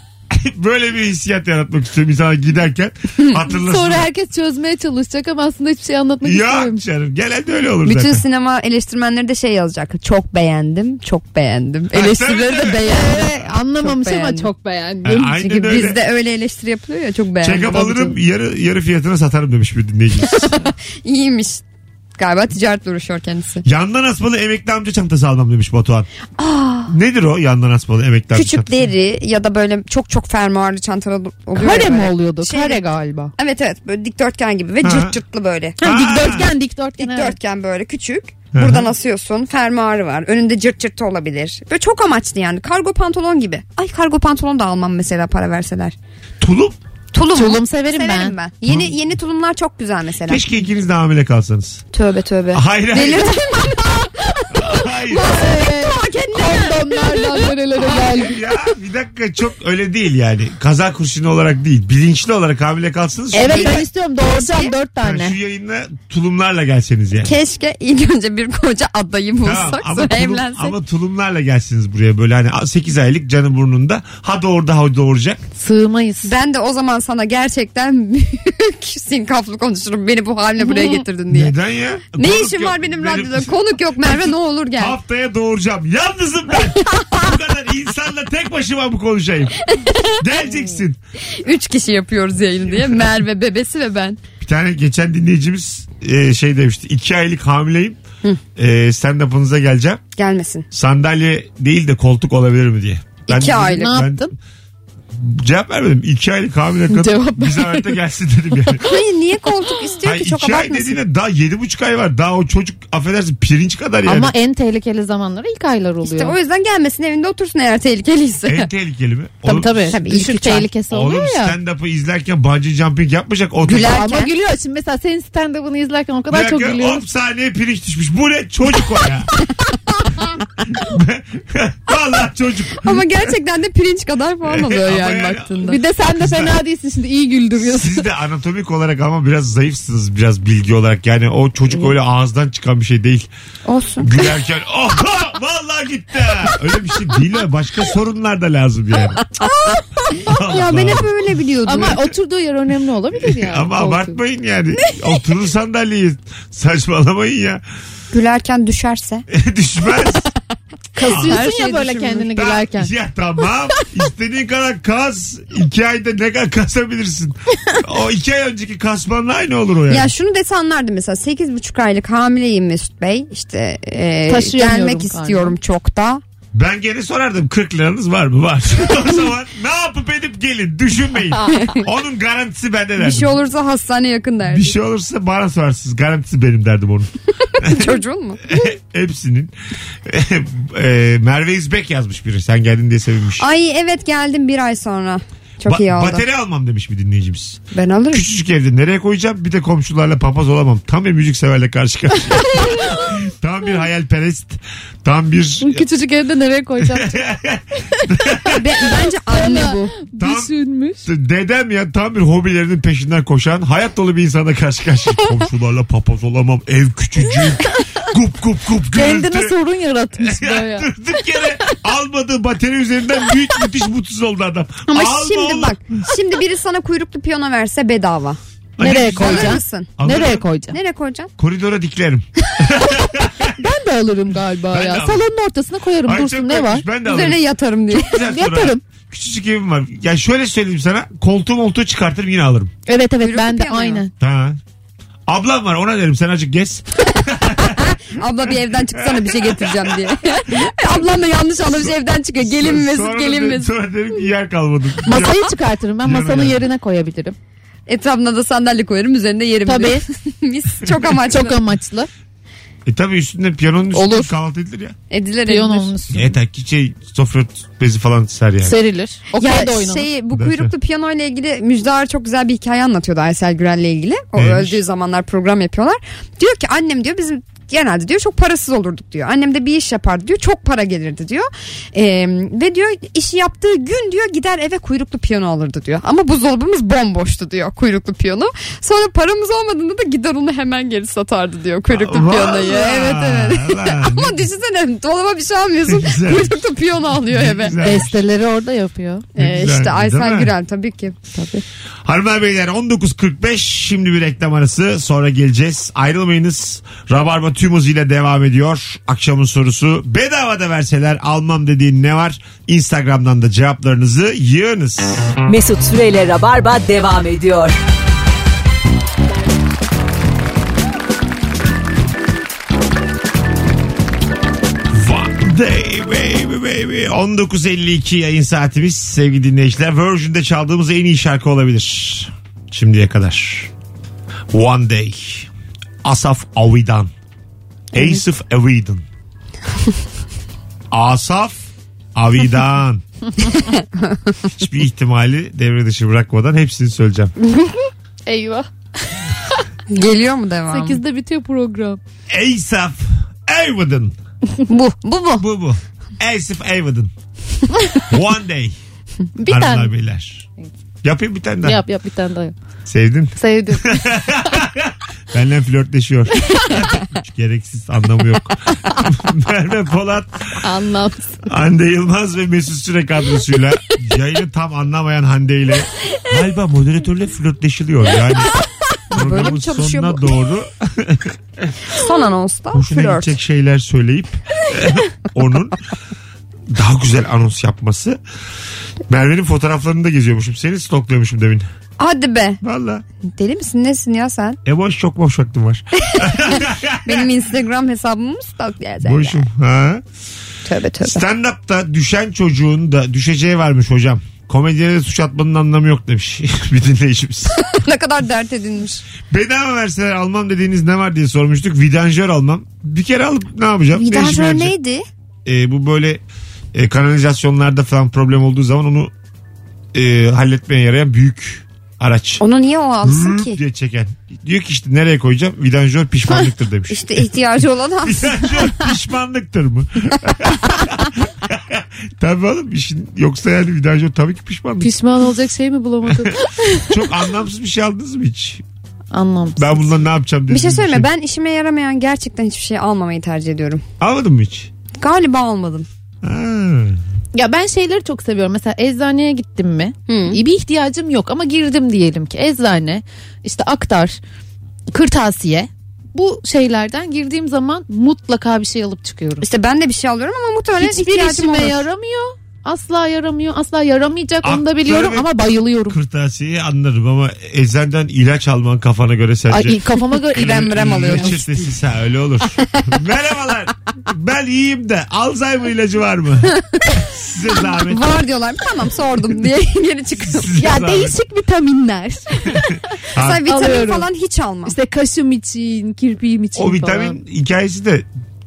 [SPEAKER 2] *laughs* böyle bir hissiyat yaratmak istiyorum insana giderken. Hatırlasın.
[SPEAKER 4] Sonra herkes çözmeye çalışacak ama aslında hiçbir şey anlatmak
[SPEAKER 2] Ya
[SPEAKER 4] istemiyorum.
[SPEAKER 2] canım genelde öyle olur
[SPEAKER 3] Bütün
[SPEAKER 2] zaten.
[SPEAKER 3] sinema eleştirmenleri de şey yazacak. Çok beğendim, çok beğendim.
[SPEAKER 2] tabii,
[SPEAKER 3] Eleştirileri
[SPEAKER 2] tabii.
[SPEAKER 3] de beğendim.
[SPEAKER 4] Ee, Anlamamış
[SPEAKER 3] Çok
[SPEAKER 4] ama
[SPEAKER 3] beğendim.
[SPEAKER 4] çok
[SPEAKER 2] Yani
[SPEAKER 4] beğendim.
[SPEAKER 2] aynen
[SPEAKER 3] Çünkü
[SPEAKER 2] öyle.
[SPEAKER 3] bizde öyle eleştiri yapılıyor ya çok beğendim.
[SPEAKER 2] Check-up alırım yarı, yarı fiyatına satarım demiş bir
[SPEAKER 3] *laughs*
[SPEAKER 2] dinleyicimiz.
[SPEAKER 3] İyiymiş. Galiba ticaretle uğraşıyor kendisi.
[SPEAKER 2] yandan asmalı emekli amca çantası almam demiş Batuhan. Nedir o yandan asmalı emekli amca
[SPEAKER 3] Ah. Küçük
[SPEAKER 2] çantası?
[SPEAKER 3] deri ya da böyle çok çok fermuarlı çantalar oluyor. ya
[SPEAKER 4] Kare mi
[SPEAKER 3] böyle.
[SPEAKER 4] oluyordu?
[SPEAKER 3] Şey-
[SPEAKER 4] Kare galiba.
[SPEAKER 3] Evet evet böyle dikdörtgen gibi ve
[SPEAKER 2] Ha.
[SPEAKER 3] cırt cırtlı böyle.
[SPEAKER 2] Ha,
[SPEAKER 4] Dikdörtgen, dikdörtgen. evet.
[SPEAKER 3] Dikdörtgen böyle küçük.
[SPEAKER 2] Hı hı.
[SPEAKER 3] Buradan asıyorsun. Fermuarı var. Önünde cırt cırt olabilir. Böyle çok amaçlı yani. Kargo pantolon gibi. Ay kargo pantolon da almam mesela para verseler.
[SPEAKER 2] Tulum.
[SPEAKER 3] Tulum.
[SPEAKER 4] Tulum severim ben.
[SPEAKER 3] Yeni yeni tulumlar çok güzel mesela.
[SPEAKER 2] Keşke Ah. ikiniz de hamile kalsanız.
[SPEAKER 3] Tövbe tövbe.
[SPEAKER 2] Hayır hayır.
[SPEAKER 3] Delirdim. *laughs*
[SPEAKER 2] hayır.
[SPEAKER 4] Kondomlardan nerelere
[SPEAKER 2] *laughs*
[SPEAKER 4] geldik.
[SPEAKER 2] ya bir dakika çok öyle değil yani. Kaza kurşunu olarak değil. Bilinçli olarak hamile kalsanız. şu
[SPEAKER 4] Evet
[SPEAKER 2] yayına-
[SPEAKER 4] ben istiyorum doğuracağım dört
[SPEAKER 2] yani
[SPEAKER 4] tane.
[SPEAKER 2] Şu yayına tulumlarla gelseniz yani.
[SPEAKER 3] Keşke ilk önce bir koca adayı bulsak sonra
[SPEAKER 2] tulum-
[SPEAKER 3] evlensek.
[SPEAKER 2] ama tulumlarla gelsiniz buraya böyle hani 8 aylık canı burnunda. Ha doğurdu ha doğuracak.
[SPEAKER 4] Sığmayız.
[SPEAKER 3] Ben de o zaman sana gerçekten *laughs* büyük sinkaflı konuşurum. Beni bu haline buraya getirdin diye.
[SPEAKER 2] Neden ya?
[SPEAKER 3] Ne
[SPEAKER 2] Konuk
[SPEAKER 3] işim
[SPEAKER 2] yok.
[SPEAKER 3] var benim radyoda? Konuk yok Merve ne olur gel.
[SPEAKER 2] Haftaya doğuracağım. Yalnızım
[SPEAKER 3] *laughs*
[SPEAKER 2] ben. Bu kadar insanla tek başıma mı konuşayım? Geleceksin.
[SPEAKER 3] Üç kişi yapıyoruz yayını
[SPEAKER 4] *laughs*
[SPEAKER 3] diye. Merve bebesi ve ben.
[SPEAKER 2] Bir tane geçen dinleyicimiz e, şey demişti. iki aylık hamileyim. E, stand up'ınıza geleceğim.
[SPEAKER 3] Gelmesin.
[SPEAKER 2] Sandalye değil de koltuk olabilir mi diye.
[SPEAKER 3] İki
[SPEAKER 2] dedim,
[SPEAKER 3] aylık.
[SPEAKER 4] Ne yaptın?
[SPEAKER 2] Cevap vermedim. İki aylık hamile kadın
[SPEAKER 4] Cevap
[SPEAKER 2] bir zahmet de gelsin dedim
[SPEAKER 3] *laughs*
[SPEAKER 2] yani.
[SPEAKER 3] Hayır niye koltuk istiyor
[SPEAKER 2] Hayır,
[SPEAKER 3] ki çok
[SPEAKER 2] iki ay
[SPEAKER 3] abartmasın.
[SPEAKER 2] dediğine daha yedi buçuk ay var. Daha o çocuk affedersin pirinç kadar yani.
[SPEAKER 4] Ama en tehlikeli zamanları ilk aylar oluyor.
[SPEAKER 3] İşte o yüzden gelmesin evinde otursun eğer tehlikeliyse.
[SPEAKER 2] En tehlikeli mi?
[SPEAKER 4] Tabii
[SPEAKER 2] Oğlum-
[SPEAKER 4] tabii.
[SPEAKER 3] Tabii, ilk
[SPEAKER 4] Düşük
[SPEAKER 3] üç ay.
[SPEAKER 4] tehlikesi
[SPEAKER 2] Oğlum
[SPEAKER 4] oluyor ya.
[SPEAKER 2] stand up'ı izlerken bungee jumping yapmayacak. O
[SPEAKER 3] Güler-
[SPEAKER 4] Ama gülüyor. Şimdi mesela senin stand-up'ını izlerken o kadar çok
[SPEAKER 2] Derken 10
[SPEAKER 4] gülüyoruz.
[SPEAKER 2] saniye pirinç düşmüş. Bu ne? Çocuk o
[SPEAKER 4] *laughs*
[SPEAKER 2] ya. *laughs* Vallahi çocuk.
[SPEAKER 3] Ama gerçekten de pirinç kadar falan oluyor
[SPEAKER 2] Ama
[SPEAKER 3] yani
[SPEAKER 2] yani-
[SPEAKER 3] baktığında.
[SPEAKER 4] Bir de sen de fena değilsin şimdi iyi güldürüyorsun.
[SPEAKER 2] Siz de anatomik olarak ama biraz zayıfsınız biraz bilgi olarak. Yani o çocuk öyle ağızdan çıkan bir şey değil.
[SPEAKER 3] *laughs* Olsun.
[SPEAKER 2] Gülerken *laughs* oha vallahi gitti. ha." Öyle bir şey değil mi? Başka sorunlar da lazım yani.
[SPEAKER 3] *laughs* Ya
[SPEAKER 2] Allah. *laughs*
[SPEAKER 3] ben hep öyle biliyordum.
[SPEAKER 4] Ama oturduğu yer önemli olabilir yani.
[SPEAKER 2] Ama
[SPEAKER 4] Koltuğu.
[SPEAKER 2] abartmayın yani. Oturur sandalyeyi. Saçmalamayın ya. *laughs*
[SPEAKER 3] Gülerken düşerse. *laughs*
[SPEAKER 2] Düşmez.
[SPEAKER 3] Her
[SPEAKER 4] Kasıyorsun
[SPEAKER 3] şey
[SPEAKER 4] ya böyle
[SPEAKER 3] düşünülür.
[SPEAKER 4] kendini
[SPEAKER 2] Ta-
[SPEAKER 4] gülerken.
[SPEAKER 2] Ya tamam. İstediğin kadar kas. İki ayda ne kadar
[SPEAKER 3] *laughs*
[SPEAKER 2] kasabilirsin. O iki ay önceki kasmanla aynı olur o yani.
[SPEAKER 3] Ya şunu dese anlardım mesela 8,5 aylık hamileyim Mesut Bey. İşte e,
[SPEAKER 4] Taşıyamıyorum
[SPEAKER 3] gelmek
[SPEAKER 4] karnım.
[SPEAKER 3] istiyorum çok da.
[SPEAKER 2] Ben gene sorardım 40 liranız var mı? Var. *laughs* o zaman ne yapıp edip gelin.
[SPEAKER 3] *laughs*
[SPEAKER 2] Düşünmeyin. Onun garantisi bende derdim.
[SPEAKER 3] Bir şey olursa hastane yakın derdi.
[SPEAKER 2] Bir şey olursa bana sorarsınız. Garantisi benim derdim onun. *laughs* şey-
[SPEAKER 3] Çocuğun mu?
[SPEAKER 2] Hepsinin. *laughs* Eee, Merve İzbek yazmış biri. Sen geldin diye sevinmiş.
[SPEAKER 3] Ay evet geldim bir ay sonra. Çok
[SPEAKER 2] Ba-
[SPEAKER 3] iyi oldu.
[SPEAKER 2] Bateri almam demiş bir dinleyicimiz.
[SPEAKER 3] Ben alırım.
[SPEAKER 2] Küçücük
[SPEAKER 3] *laughs*
[SPEAKER 2] evde nereye koyacağım? Bir de komşularla papaz olamam. Tam bir müzikseverle karşı karşıya. Tam tam bir hayalperest. Tam bir
[SPEAKER 4] Bu küçücük evde nereye koyacağım?
[SPEAKER 3] Be- bence anne bu.
[SPEAKER 2] *laughs* Tam-
[SPEAKER 4] Düşünmüş.
[SPEAKER 2] dedem ya tam bir hobilerinin peşinden koşan hayat dolu bir insana karşı karşıya. Komşularla papaz olamam. Ev küçücük. Gup gup gup gürültü.
[SPEAKER 4] Kendine sorun
[SPEAKER 2] *laughs*
[SPEAKER 4] yaratmış
[SPEAKER 2] Ya
[SPEAKER 4] böyle.
[SPEAKER 2] durduk yere almadığı bateri üzerinden büyük müthiş mutsuz oldu adam.
[SPEAKER 3] Ama
[SPEAKER 2] Alma oğlum.
[SPEAKER 3] şimdi bak. Şimdi biri sana kuyruklu piyano verse bedava.
[SPEAKER 2] Ay,
[SPEAKER 4] Nereye
[SPEAKER 2] ne güzel.
[SPEAKER 3] Alır
[SPEAKER 4] Koyacağım.
[SPEAKER 3] mısın?
[SPEAKER 2] Alırım.
[SPEAKER 4] Nereye koyacağım?
[SPEAKER 3] Nereye koyacaksın?
[SPEAKER 2] Koridora diklerim.
[SPEAKER 4] Ben de alırım galiba
[SPEAKER 2] Ben de
[SPEAKER 4] ya.
[SPEAKER 2] alırım.
[SPEAKER 4] Salonun ortasına koyarım.
[SPEAKER 2] Ay, çok
[SPEAKER 4] Dursun ne
[SPEAKER 2] korkmuş.
[SPEAKER 4] var?
[SPEAKER 2] Ben de alırım.
[SPEAKER 3] Üzerine yatarım diye.
[SPEAKER 2] Güzel soru ha.
[SPEAKER 4] yaparım.
[SPEAKER 2] Küçücük evim var. Ya şöyle söyleyeyim sana. Koltuğu moltuğu çıkartırım yine alırım.
[SPEAKER 4] Evet evet
[SPEAKER 3] Kuyruklu
[SPEAKER 4] ben de
[SPEAKER 3] piyano.
[SPEAKER 4] aynen.
[SPEAKER 2] Ha. Ablam var ona derim sen azıcık gez.
[SPEAKER 3] Abla bir evden çıksana bir şey getireceğim diye. *laughs* Ablam da yanlış anlamış evden çıkıyor. Gelinmez,
[SPEAKER 2] Sonra derim-
[SPEAKER 3] gelinmez.
[SPEAKER 2] Sonra derim ki yer kalmadı.
[SPEAKER 4] Masayı çıkartırım ben
[SPEAKER 2] Piyano
[SPEAKER 4] masanın
[SPEAKER 2] yani.
[SPEAKER 4] yerine koyabilirim.
[SPEAKER 3] Etrafına da sandalye koyarım üzerine yerim.
[SPEAKER 4] Tabii.
[SPEAKER 3] diyor. *laughs* Mis çok amaçlı.
[SPEAKER 4] Çok amaçlı.
[SPEAKER 2] E tabi üstünde piyanonun üstünde
[SPEAKER 4] Olur.
[SPEAKER 2] kahvaltı edilir ya.
[SPEAKER 3] Edilir
[SPEAKER 4] Piyanonun
[SPEAKER 3] edilir.
[SPEAKER 4] üstüne.
[SPEAKER 2] Yeter ki şey sofra bezi falan ser yani.
[SPEAKER 4] Serilir. O
[SPEAKER 3] Ya
[SPEAKER 4] kadar da oynanır.
[SPEAKER 3] şey bu
[SPEAKER 2] Derse.
[SPEAKER 3] kuyruklu piyano ile ilgili Müjde Ar çok güzel bir hikaye anlatıyordu Aysel Gürel'le ilgili. O
[SPEAKER 2] Neymiş?
[SPEAKER 3] öldüğü zamanlar program yapıyorlar. Diyor ki annem diyor bizim genelde diyor çok parasız olurduk diyor. Annem de bir iş yapardı diyor çok para gelirdi diyor. Ee, ve diyor işi yaptığı gün diyor gider eve kuyruklu piyano alırdı diyor. Ama buzdolabımız bomboştu diyor kuyruklu piyano. Sonra paramız olmadığında da gider onu hemen geri satardı diyor kuyruklu
[SPEAKER 2] Vay
[SPEAKER 3] piyanoyu.
[SPEAKER 2] Allah,
[SPEAKER 3] Evet
[SPEAKER 2] *laughs*
[SPEAKER 3] evet.
[SPEAKER 2] Allah,
[SPEAKER 3] Ama
[SPEAKER 2] ne
[SPEAKER 3] düşünsene dolaba bir şey almıyorsun
[SPEAKER 2] Güzel.
[SPEAKER 3] kuyruklu piyano alıyor *laughs* eve.
[SPEAKER 2] güzel.
[SPEAKER 4] Besteleri orada yapıyor.
[SPEAKER 2] Ne
[SPEAKER 3] Ee,
[SPEAKER 2] güzel,
[SPEAKER 3] işte
[SPEAKER 2] değil
[SPEAKER 3] Aysel
[SPEAKER 2] mi?
[SPEAKER 3] Gürel tabii ki.
[SPEAKER 4] Tabii.
[SPEAKER 2] Hanımlar beyler 19.45 şimdi bir reklam arası sonra geleceğiz. Ayrılmayınız. Rabarba tüm hızıyla devam ediyor. Akşamın sorusu bedava da verseler almam dediğin ne var? Instagram'dan da cevaplarınızı yığınız.
[SPEAKER 1] Mesut Süreyle Rabarba devam ediyor.
[SPEAKER 2] One day baby baby. 19.52 yayın saatimiz sevgili dinleyiciler. Virgin'de çaldığımız en iyi şarkı olabilir. Şimdiye kadar. One Day. Asaf Avidan. Asaf Avidan. Asaf Avidan. Hiçbir ihtimali devre dışı bırakmadan hepsini söyleyeceğim.
[SPEAKER 4] Eyvah.
[SPEAKER 3] Geliyor mu devam?
[SPEAKER 4] 8'de bitiyor program.
[SPEAKER 2] Asaf Avidan.
[SPEAKER 3] bu, bu bu.
[SPEAKER 2] Bu bu. Asif Avedon. One day.
[SPEAKER 4] Bir
[SPEAKER 2] Hanımlar,
[SPEAKER 4] tane.
[SPEAKER 2] beyler. Yapayım bir tane daha.
[SPEAKER 4] Yap yap bir tane daha yap.
[SPEAKER 2] Sevdin.
[SPEAKER 4] Sevdim.
[SPEAKER 2] Benle flörtleşiyor. *laughs* Hiç gereksiz anlamı yok. *laughs* Merve Polat,
[SPEAKER 4] Anlamsız.
[SPEAKER 2] Hande Yılmaz ve Mesut Süre kadrosuyla yayını tam anlamayan Hande ile galiba moderatörle flörtleşiliyor yani. Programın
[SPEAKER 3] mi çalışıyor
[SPEAKER 2] sonuna
[SPEAKER 3] bu?
[SPEAKER 2] doğru
[SPEAKER 3] Son anonsta
[SPEAKER 2] hoşuna
[SPEAKER 3] flört.
[SPEAKER 2] gidecek şeyler söyleyip *laughs* onun daha güzel anons yapması. Merve'nin fotoğraflarını da geziyormuşum. Seni stokluyormuşum demin.
[SPEAKER 3] Hadi be.
[SPEAKER 2] Valla.
[SPEAKER 3] Deli misin nesin ya sen?
[SPEAKER 2] E boş çok boş vaktim var.
[SPEAKER 3] Benim Instagram hesabımı mı stalk
[SPEAKER 2] Boşum. Ha?
[SPEAKER 3] Tövbe tövbe.
[SPEAKER 2] Stand-up'ta düşen çocuğun da düşeceği varmış hocam. Komedyene de suç atmanın anlamı yok demiş *laughs* bir dinleyicimiz.
[SPEAKER 3] *laughs* ne kadar dert edinmiş.
[SPEAKER 2] Bedava verseler almam dediğiniz ne var diye sormuştuk. Vidanjör almam. Bir kere alıp ne yapacağım? Ne işime
[SPEAKER 3] Vidanjör
[SPEAKER 2] yarayacak?
[SPEAKER 3] neydi?
[SPEAKER 2] e, bu böyle e, kanalizasyonlarda falan problem olduğu zaman onu e, halletmeye yarayan büyük araç.
[SPEAKER 3] Onu niye o alsın
[SPEAKER 2] Rrrt
[SPEAKER 3] ki?
[SPEAKER 2] diye çeken. Diyor ki işte nereye koyacağım? Vidanjör pişmanlıktır demiş.
[SPEAKER 3] İşte ihtiyacı
[SPEAKER 2] *laughs*
[SPEAKER 3] olan alsın.
[SPEAKER 2] Vidanjör pişmanlıktır mı? tabii oğlum işin yoksa yani vidanjör tabii ki pişmanlık.
[SPEAKER 4] Pişman olacak şey
[SPEAKER 2] *laughs*
[SPEAKER 4] mi bulamadın?
[SPEAKER 2] Çok anlamsız bir şey aldınız mı hiç?
[SPEAKER 4] Anlamsız.
[SPEAKER 2] Ben bundan ne yapacağım dedim.
[SPEAKER 3] bir şey söyleme ben işime yaramayan gerçekten hiçbir şey almamayı tercih ediyorum.
[SPEAKER 2] Almadın mı hiç?
[SPEAKER 3] Galiba almadım.
[SPEAKER 2] Ha.
[SPEAKER 4] Ya ben şeyleri çok seviyorum. Mesela eczaneye gittim mi?
[SPEAKER 3] Hı.
[SPEAKER 4] Bir ihtiyacım yok ama girdim diyelim ki eczane, işte aktar, kırtasiye. Bu şeylerden girdiğim zaman mutlaka bir şey alıp çıkıyorum.
[SPEAKER 3] İşte ben de bir şey alıyorum ama muhtemelen
[SPEAKER 4] Hiçbir
[SPEAKER 3] ihtiyacım
[SPEAKER 4] işime
[SPEAKER 3] olur.
[SPEAKER 4] yaramıyor. Asla yaramıyor. Asla yaramayacak onu
[SPEAKER 2] Aktar
[SPEAKER 4] da biliyorum
[SPEAKER 2] ve
[SPEAKER 4] ama bayılıyorum.
[SPEAKER 2] Kırtasiyeyi anlarım ama eczaneden ilaç alman kafana göre sence.
[SPEAKER 4] Ay, iyi, kafama göre İrem Rem alıyorum.
[SPEAKER 2] Reçetesiz ha öyle
[SPEAKER 3] *laughs*
[SPEAKER 2] olur. Merhabalar. Ben iyiyim de Alzheimer ilacı var
[SPEAKER 3] *laughs*
[SPEAKER 2] mı? Size zahmet.
[SPEAKER 3] Var diyorlar tamam
[SPEAKER 2] *laughs*
[SPEAKER 3] sordum diye geri çıkıyorum.
[SPEAKER 2] Size
[SPEAKER 4] *laughs* Ya
[SPEAKER 2] zahmet.
[SPEAKER 4] değişik vitaminler.
[SPEAKER 2] Ha,
[SPEAKER 3] Mesela vitamin
[SPEAKER 4] Alıyorum.
[SPEAKER 3] falan hiç almam.
[SPEAKER 4] işte kaşım için, kirpiğim için
[SPEAKER 2] o vitamin
[SPEAKER 4] falan.
[SPEAKER 2] hikayesi de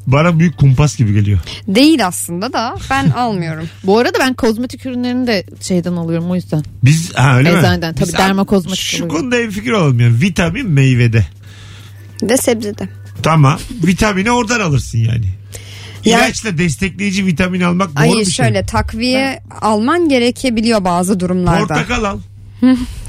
[SPEAKER 2] bana büyük kumpas gibi geliyor.
[SPEAKER 3] Değil aslında da ben almıyorum.
[SPEAKER 4] Bu arada ben kozmetik ürünlerini de şeyden alıyorum o yüzden.
[SPEAKER 2] Biz ha öyle
[SPEAKER 4] Eczaneden,
[SPEAKER 2] mi?
[SPEAKER 4] tabii
[SPEAKER 2] Biz-
[SPEAKER 4] dermakozmatik
[SPEAKER 2] Şu
[SPEAKER 4] oluyor.
[SPEAKER 2] konuda en fikir olalım ya. Vitamin meyvede.
[SPEAKER 3] De sebzede.
[SPEAKER 2] Tamam. Vitamini oradan alırsın yani.
[SPEAKER 3] Yani-
[SPEAKER 2] İlaçla destekleyici vitamin almak doğru
[SPEAKER 3] Hayır
[SPEAKER 2] bir şey.
[SPEAKER 3] şöyle takviye alman gerekebiliyor bazı durumlarda.
[SPEAKER 2] Portakal al.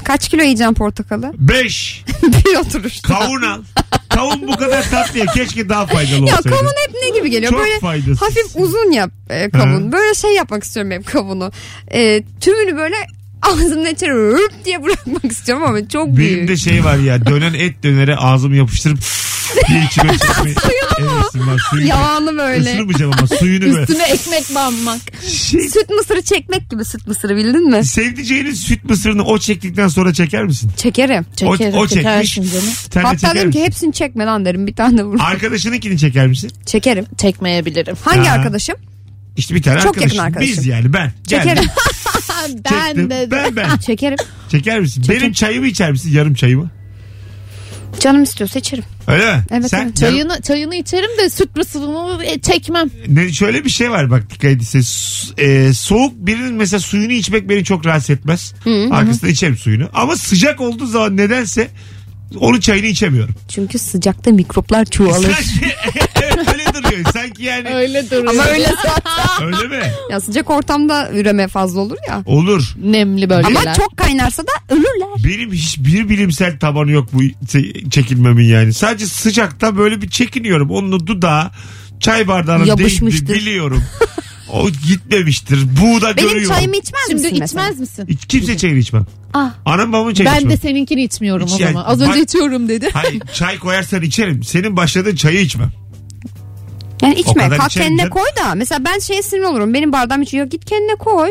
[SPEAKER 3] Kaç kilo yiyeceğim portakalı? *laughs*
[SPEAKER 2] 5.
[SPEAKER 3] Bir oturuşta.
[SPEAKER 2] Kavun al. Kavun bu kadar tatlı ya. Keşke daha faydalı
[SPEAKER 3] Ya
[SPEAKER 2] olsaydı.
[SPEAKER 3] kavun hep ne gibi geliyor?
[SPEAKER 2] Çok
[SPEAKER 3] Böyle
[SPEAKER 2] faydasız.
[SPEAKER 3] hafif uzun yap e, kavun. Böyle şey yapmak istiyorum hep kavunu. E, tümünü böyle ağzımın içeri hırp diye bırakmak istiyorum ama çok
[SPEAKER 2] Benim
[SPEAKER 3] büyük.
[SPEAKER 2] de şey var ya dönen et dönere ağzımı yapıştırıp diye içime çekmeyi. Evet, var, suyunu.
[SPEAKER 3] Yağını böyle.
[SPEAKER 2] Isırmayacağım ama suyunu böyle. *laughs*
[SPEAKER 4] Üstüne ekmek banmak.
[SPEAKER 2] Şey,
[SPEAKER 3] Süt mısırı çekmek gibi süt mısırı bildin mi?
[SPEAKER 2] sevdiceğinin süt mısırını o çektikten sonra çeker misin?
[SPEAKER 3] Çekerim.
[SPEAKER 2] O,
[SPEAKER 4] Çekerim,
[SPEAKER 2] o çekmiş.
[SPEAKER 4] çekersin canım.
[SPEAKER 2] Sen de
[SPEAKER 3] Hatta
[SPEAKER 2] çeker
[SPEAKER 3] derim ki
[SPEAKER 2] misin?
[SPEAKER 3] hepsini çekme lan derim bir tane vur.
[SPEAKER 2] Arkadaşınınkini çeker misin?
[SPEAKER 3] Çekerim.
[SPEAKER 4] Çekmeyebilirim.
[SPEAKER 3] Hangi
[SPEAKER 2] Ha.
[SPEAKER 3] arkadaşım?
[SPEAKER 2] İşte bir tane
[SPEAKER 3] Çok
[SPEAKER 2] arkadaşım.
[SPEAKER 3] yakın arkadaşım.
[SPEAKER 2] Biz yani ben. Geldim,
[SPEAKER 3] Çekerim.
[SPEAKER 2] çektim. Ben
[SPEAKER 3] *laughs*
[SPEAKER 2] ben.
[SPEAKER 3] Çekerim.
[SPEAKER 2] Çeker misin? Benim çayımı içer misin? Yarım çayımı.
[SPEAKER 3] Canım istiyorsa içerim.
[SPEAKER 2] Öyle mi?
[SPEAKER 3] Evet,
[SPEAKER 2] Sen
[SPEAKER 3] evet.
[SPEAKER 2] yarım-
[SPEAKER 4] Çayını, çayını içerim de süt mısırımı e, çekmem.
[SPEAKER 2] ne, şöyle bir şey var bak dikkat edin. Su- e, soğuk birinin mesela suyunu içmek beni çok rahatsız etmez. Arkasında içerim suyunu. Ama sıcak olduğu zaman nedense onun çayını içemiyorum.
[SPEAKER 3] Çünkü sıcakta mikroplar çoğalır.
[SPEAKER 2] Sanki *laughs* öyle duruyor. Sanki yani öyle,
[SPEAKER 4] Öyle duruyor.
[SPEAKER 3] Ama öyle
[SPEAKER 4] *laughs*
[SPEAKER 2] mi?
[SPEAKER 3] ya sıcak ortamda üreme fazla olur ya.
[SPEAKER 2] Olur.
[SPEAKER 4] Nemli bölgeler.
[SPEAKER 3] Ama çok kaynarsa da ölürler.
[SPEAKER 2] Benim hiçbir bilimsel tabanı yok bu te- çekinmemin yani. Sadece sıcakta böyle bir çekiniyorum. Onun dudağı çay bardağına değdi
[SPEAKER 3] Yapışmıştır.
[SPEAKER 2] biliyorum. o gitmemiştir. Bu da
[SPEAKER 3] Benim
[SPEAKER 2] görüyorum.
[SPEAKER 3] çayımı içmez
[SPEAKER 4] Şimdi
[SPEAKER 3] misin
[SPEAKER 4] içmez
[SPEAKER 3] mesela?
[SPEAKER 4] misin?
[SPEAKER 2] Hiç kimse çayını içmem.
[SPEAKER 4] Ah.
[SPEAKER 2] Anam babamın çayını
[SPEAKER 4] Ben
[SPEAKER 2] içmem.
[SPEAKER 4] de seninkini içmiyorum
[SPEAKER 2] İç
[SPEAKER 4] o
[SPEAKER 2] yani.
[SPEAKER 4] zaman. Az önce
[SPEAKER 2] Bak-
[SPEAKER 4] içiyorum dedi.
[SPEAKER 2] Hayır çay koyarsan içerim. Senin başladığın çayı içmem.
[SPEAKER 3] Yani
[SPEAKER 2] O
[SPEAKER 3] içme.
[SPEAKER 2] kadar
[SPEAKER 3] Kalk
[SPEAKER 2] içerim
[SPEAKER 3] kendine
[SPEAKER 2] canım.
[SPEAKER 3] koy da. Mesela ben şeye sinir olurum. Benim bardağım içiyor. Git kendine koy.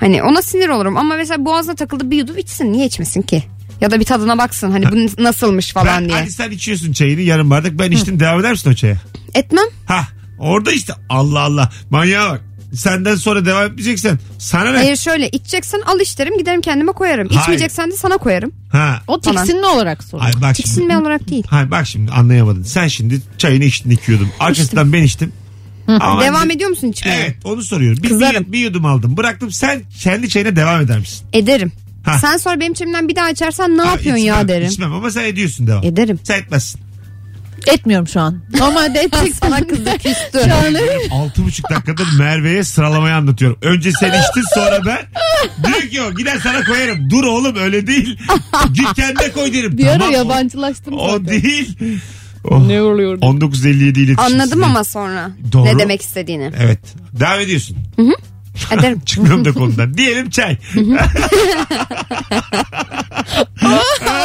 [SPEAKER 3] Hani ona sinir olurum. Ama mesela boğazına takıldı bir yudum içsin. Niye içmesin ki? Ya da bir tadına baksın. Hani
[SPEAKER 2] *laughs*
[SPEAKER 3] bu nasılmış falan
[SPEAKER 2] ben,
[SPEAKER 3] diye.
[SPEAKER 2] Hani sen içiyorsun çayını yarım bardak ben içtim devam eder misin o çaya?
[SPEAKER 3] Etmem.
[SPEAKER 2] Ha orada işte Allah Allah manyağa bak. Senden sonra devam etmeyeceksen sana ne?
[SPEAKER 3] Hayır şöyle içeceksen al işlerim giderim kendime koyarım.
[SPEAKER 2] Hayır.
[SPEAKER 3] İçmeyeceksen de sana koyarım.
[SPEAKER 2] Ha.
[SPEAKER 4] O
[SPEAKER 3] Tamam.
[SPEAKER 4] tiksinme olarak sorun.
[SPEAKER 2] Ay bak şimdi.
[SPEAKER 3] Tiksinme olarak değil.
[SPEAKER 2] Hayır bak şimdi anlayamadın. Sen şimdi çayını içtin iki yudum. Arkasından ben içtim. Ama
[SPEAKER 3] Devam
[SPEAKER 2] ben-
[SPEAKER 3] ediyor musun içmeye?
[SPEAKER 2] Evet onu soruyorum. Bir,
[SPEAKER 3] Kızarım.
[SPEAKER 2] bir, bir yudum aldım bıraktım. Sen kendi çayına devam eder misin?
[SPEAKER 3] Ederim.
[SPEAKER 2] Ha.
[SPEAKER 3] Sen sonra benim çimden bir daha içersen ne
[SPEAKER 2] Aa,
[SPEAKER 3] yapıyorsun
[SPEAKER 2] içmem,
[SPEAKER 3] ya derim.
[SPEAKER 2] İçmem ama sen ediyorsun devam.
[SPEAKER 3] Ederim.
[SPEAKER 2] sen etmezsin.
[SPEAKER 4] Etmiyorum şu an. Normalde edecek
[SPEAKER 3] Sana kızı küstü.
[SPEAKER 4] Şu an
[SPEAKER 2] Altı buçuk dakikadır Merve'ye sıralamayı anlatıyorum. Önce sen içtin sonra ben. Diyor ki o gider sana koyarım. Dur oğlum öyle değil. Git kendine koy derim.
[SPEAKER 4] bir ara
[SPEAKER 2] Tamam, o-
[SPEAKER 4] yabancılaştım
[SPEAKER 2] O,
[SPEAKER 4] zaten.
[SPEAKER 2] değil. Oh.
[SPEAKER 4] Ne oluyor?
[SPEAKER 2] 19.57 iletişim.
[SPEAKER 3] Anladım
[SPEAKER 2] sizinle.
[SPEAKER 3] ama sonra
[SPEAKER 2] Doğru.
[SPEAKER 3] ne demek istediğini.
[SPEAKER 2] *laughs* Evet. Devam ediyorsun.
[SPEAKER 3] Ederim.
[SPEAKER 2] Çıkmıyorum da konudan. Diyelim
[SPEAKER 4] *laughs*
[SPEAKER 2] çay.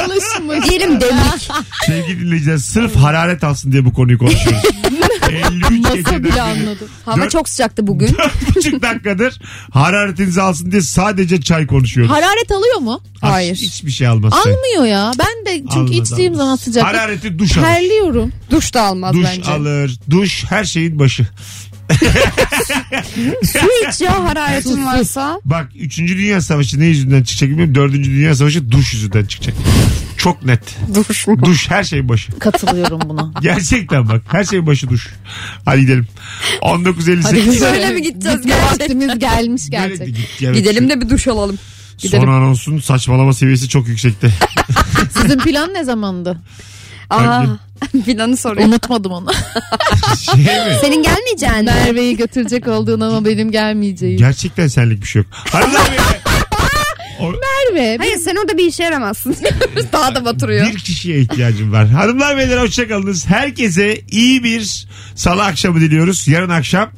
[SPEAKER 4] Alışmış.
[SPEAKER 3] Diyelim demlik.
[SPEAKER 2] Sevgili dinleyiciler sırf hararet alsın diye bu konuyu
[SPEAKER 4] *laughs*
[SPEAKER 2] konuşuyoruz. 53
[SPEAKER 4] Nasıl
[SPEAKER 2] geceden
[SPEAKER 4] bile
[SPEAKER 2] beri-
[SPEAKER 4] anladım.
[SPEAKER 3] Hava
[SPEAKER 2] Dört-
[SPEAKER 3] çok sıcaktı bugün.
[SPEAKER 2] *laughs* Dört buçuk dakikadır hararetinizi alsın diye sadece çay konuşuyoruz.
[SPEAKER 4] Hararet alıyor mu?
[SPEAKER 3] Hayır.
[SPEAKER 2] Hiç- Hiçbir şey almaz. çay.
[SPEAKER 4] Almıyor ya. Ben de çünkü
[SPEAKER 2] Almaz,
[SPEAKER 4] içtiğim
[SPEAKER 2] almaz.
[SPEAKER 4] zaman sıcaklık
[SPEAKER 2] Harareti duş alır.
[SPEAKER 4] terliyorum.
[SPEAKER 3] Duş da almaz
[SPEAKER 2] Duş
[SPEAKER 3] bence.
[SPEAKER 2] alır. Duş her şeyin başı.
[SPEAKER 3] Su iç ya hararetin varsa.
[SPEAKER 2] Bak 3. Dünya Savaşı ne yüzünden çıkacak bilmiyorum. 4. Dünya Savaşı duş yüzünden çıkacak. Çok net.
[SPEAKER 3] Duş mu?
[SPEAKER 2] Duş her şeyin başı.
[SPEAKER 4] Katılıyorum *laughs* buna.
[SPEAKER 2] Gerçekten bak her şeyin başı duş. Hadi
[SPEAKER 4] *laughs*
[SPEAKER 2] gidelim. 1958.
[SPEAKER 3] Böyle mi gideceğiz
[SPEAKER 4] Gitme
[SPEAKER 3] gerçekten?
[SPEAKER 4] vaktimiz gelmiş
[SPEAKER 2] Böyle de
[SPEAKER 4] gerçek.
[SPEAKER 2] gitti, evet.
[SPEAKER 3] Gidelim de bir duş alalım.
[SPEAKER 2] Son anonsun saçmalama seviyesi çok
[SPEAKER 3] *laughs*
[SPEAKER 2] yüksekte.
[SPEAKER 4] Sizin plan ne zamandı?
[SPEAKER 3] Aa, *laughs* planı soruyor.
[SPEAKER 4] Unutmadım onu.
[SPEAKER 2] şey mi?
[SPEAKER 3] Senin gelmeyeceğin mi?
[SPEAKER 4] *laughs* Merve'yi götürecek olduğun ama benim gelmeyeceğim.
[SPEAKER 2] Gerçekten senlik bir şey yok. Hanımlar
[SPEAKER 3] *laughs*
[SPEAKER 2] beyler. O-
[SPEAKER 4] Merve.
[SPEAKER 3] Hayır sen orada bir işe yaramazsın. *laughs* Daha da batırıyor.
[SPEAKER 2] bir kişiye ihtiyacım var. Hanımlar beyler hoşçakalınız. Herkese iyi bir salı akşamı diliyoruz. Yarın akşam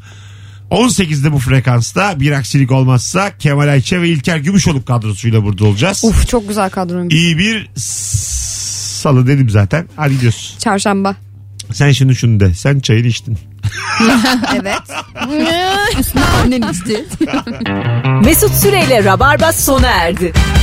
[SPEAKER 2] 18'de bu frekansta bir aksilik olmazsa Kemal Ayça ve İlker Gümüşoluk kadrosuyla burada olacağız.
[SPEAKER 3] Uf çok güzel kadroymuş.
[SPEAKER 2] İyi bir s- salı dedim zaten. Hadi gidiyoruz.
[SPEAKER 3] Çarşamba.
[SPEAKER 2] Sen şimdi şunu de. Sen çayını içtin.
[SPEAKER 3] Evet.
[SPEAKER 4] Üstüne annen içti.
[SPEAKER 1] Mesut Süreyle Rabarba sona erdi.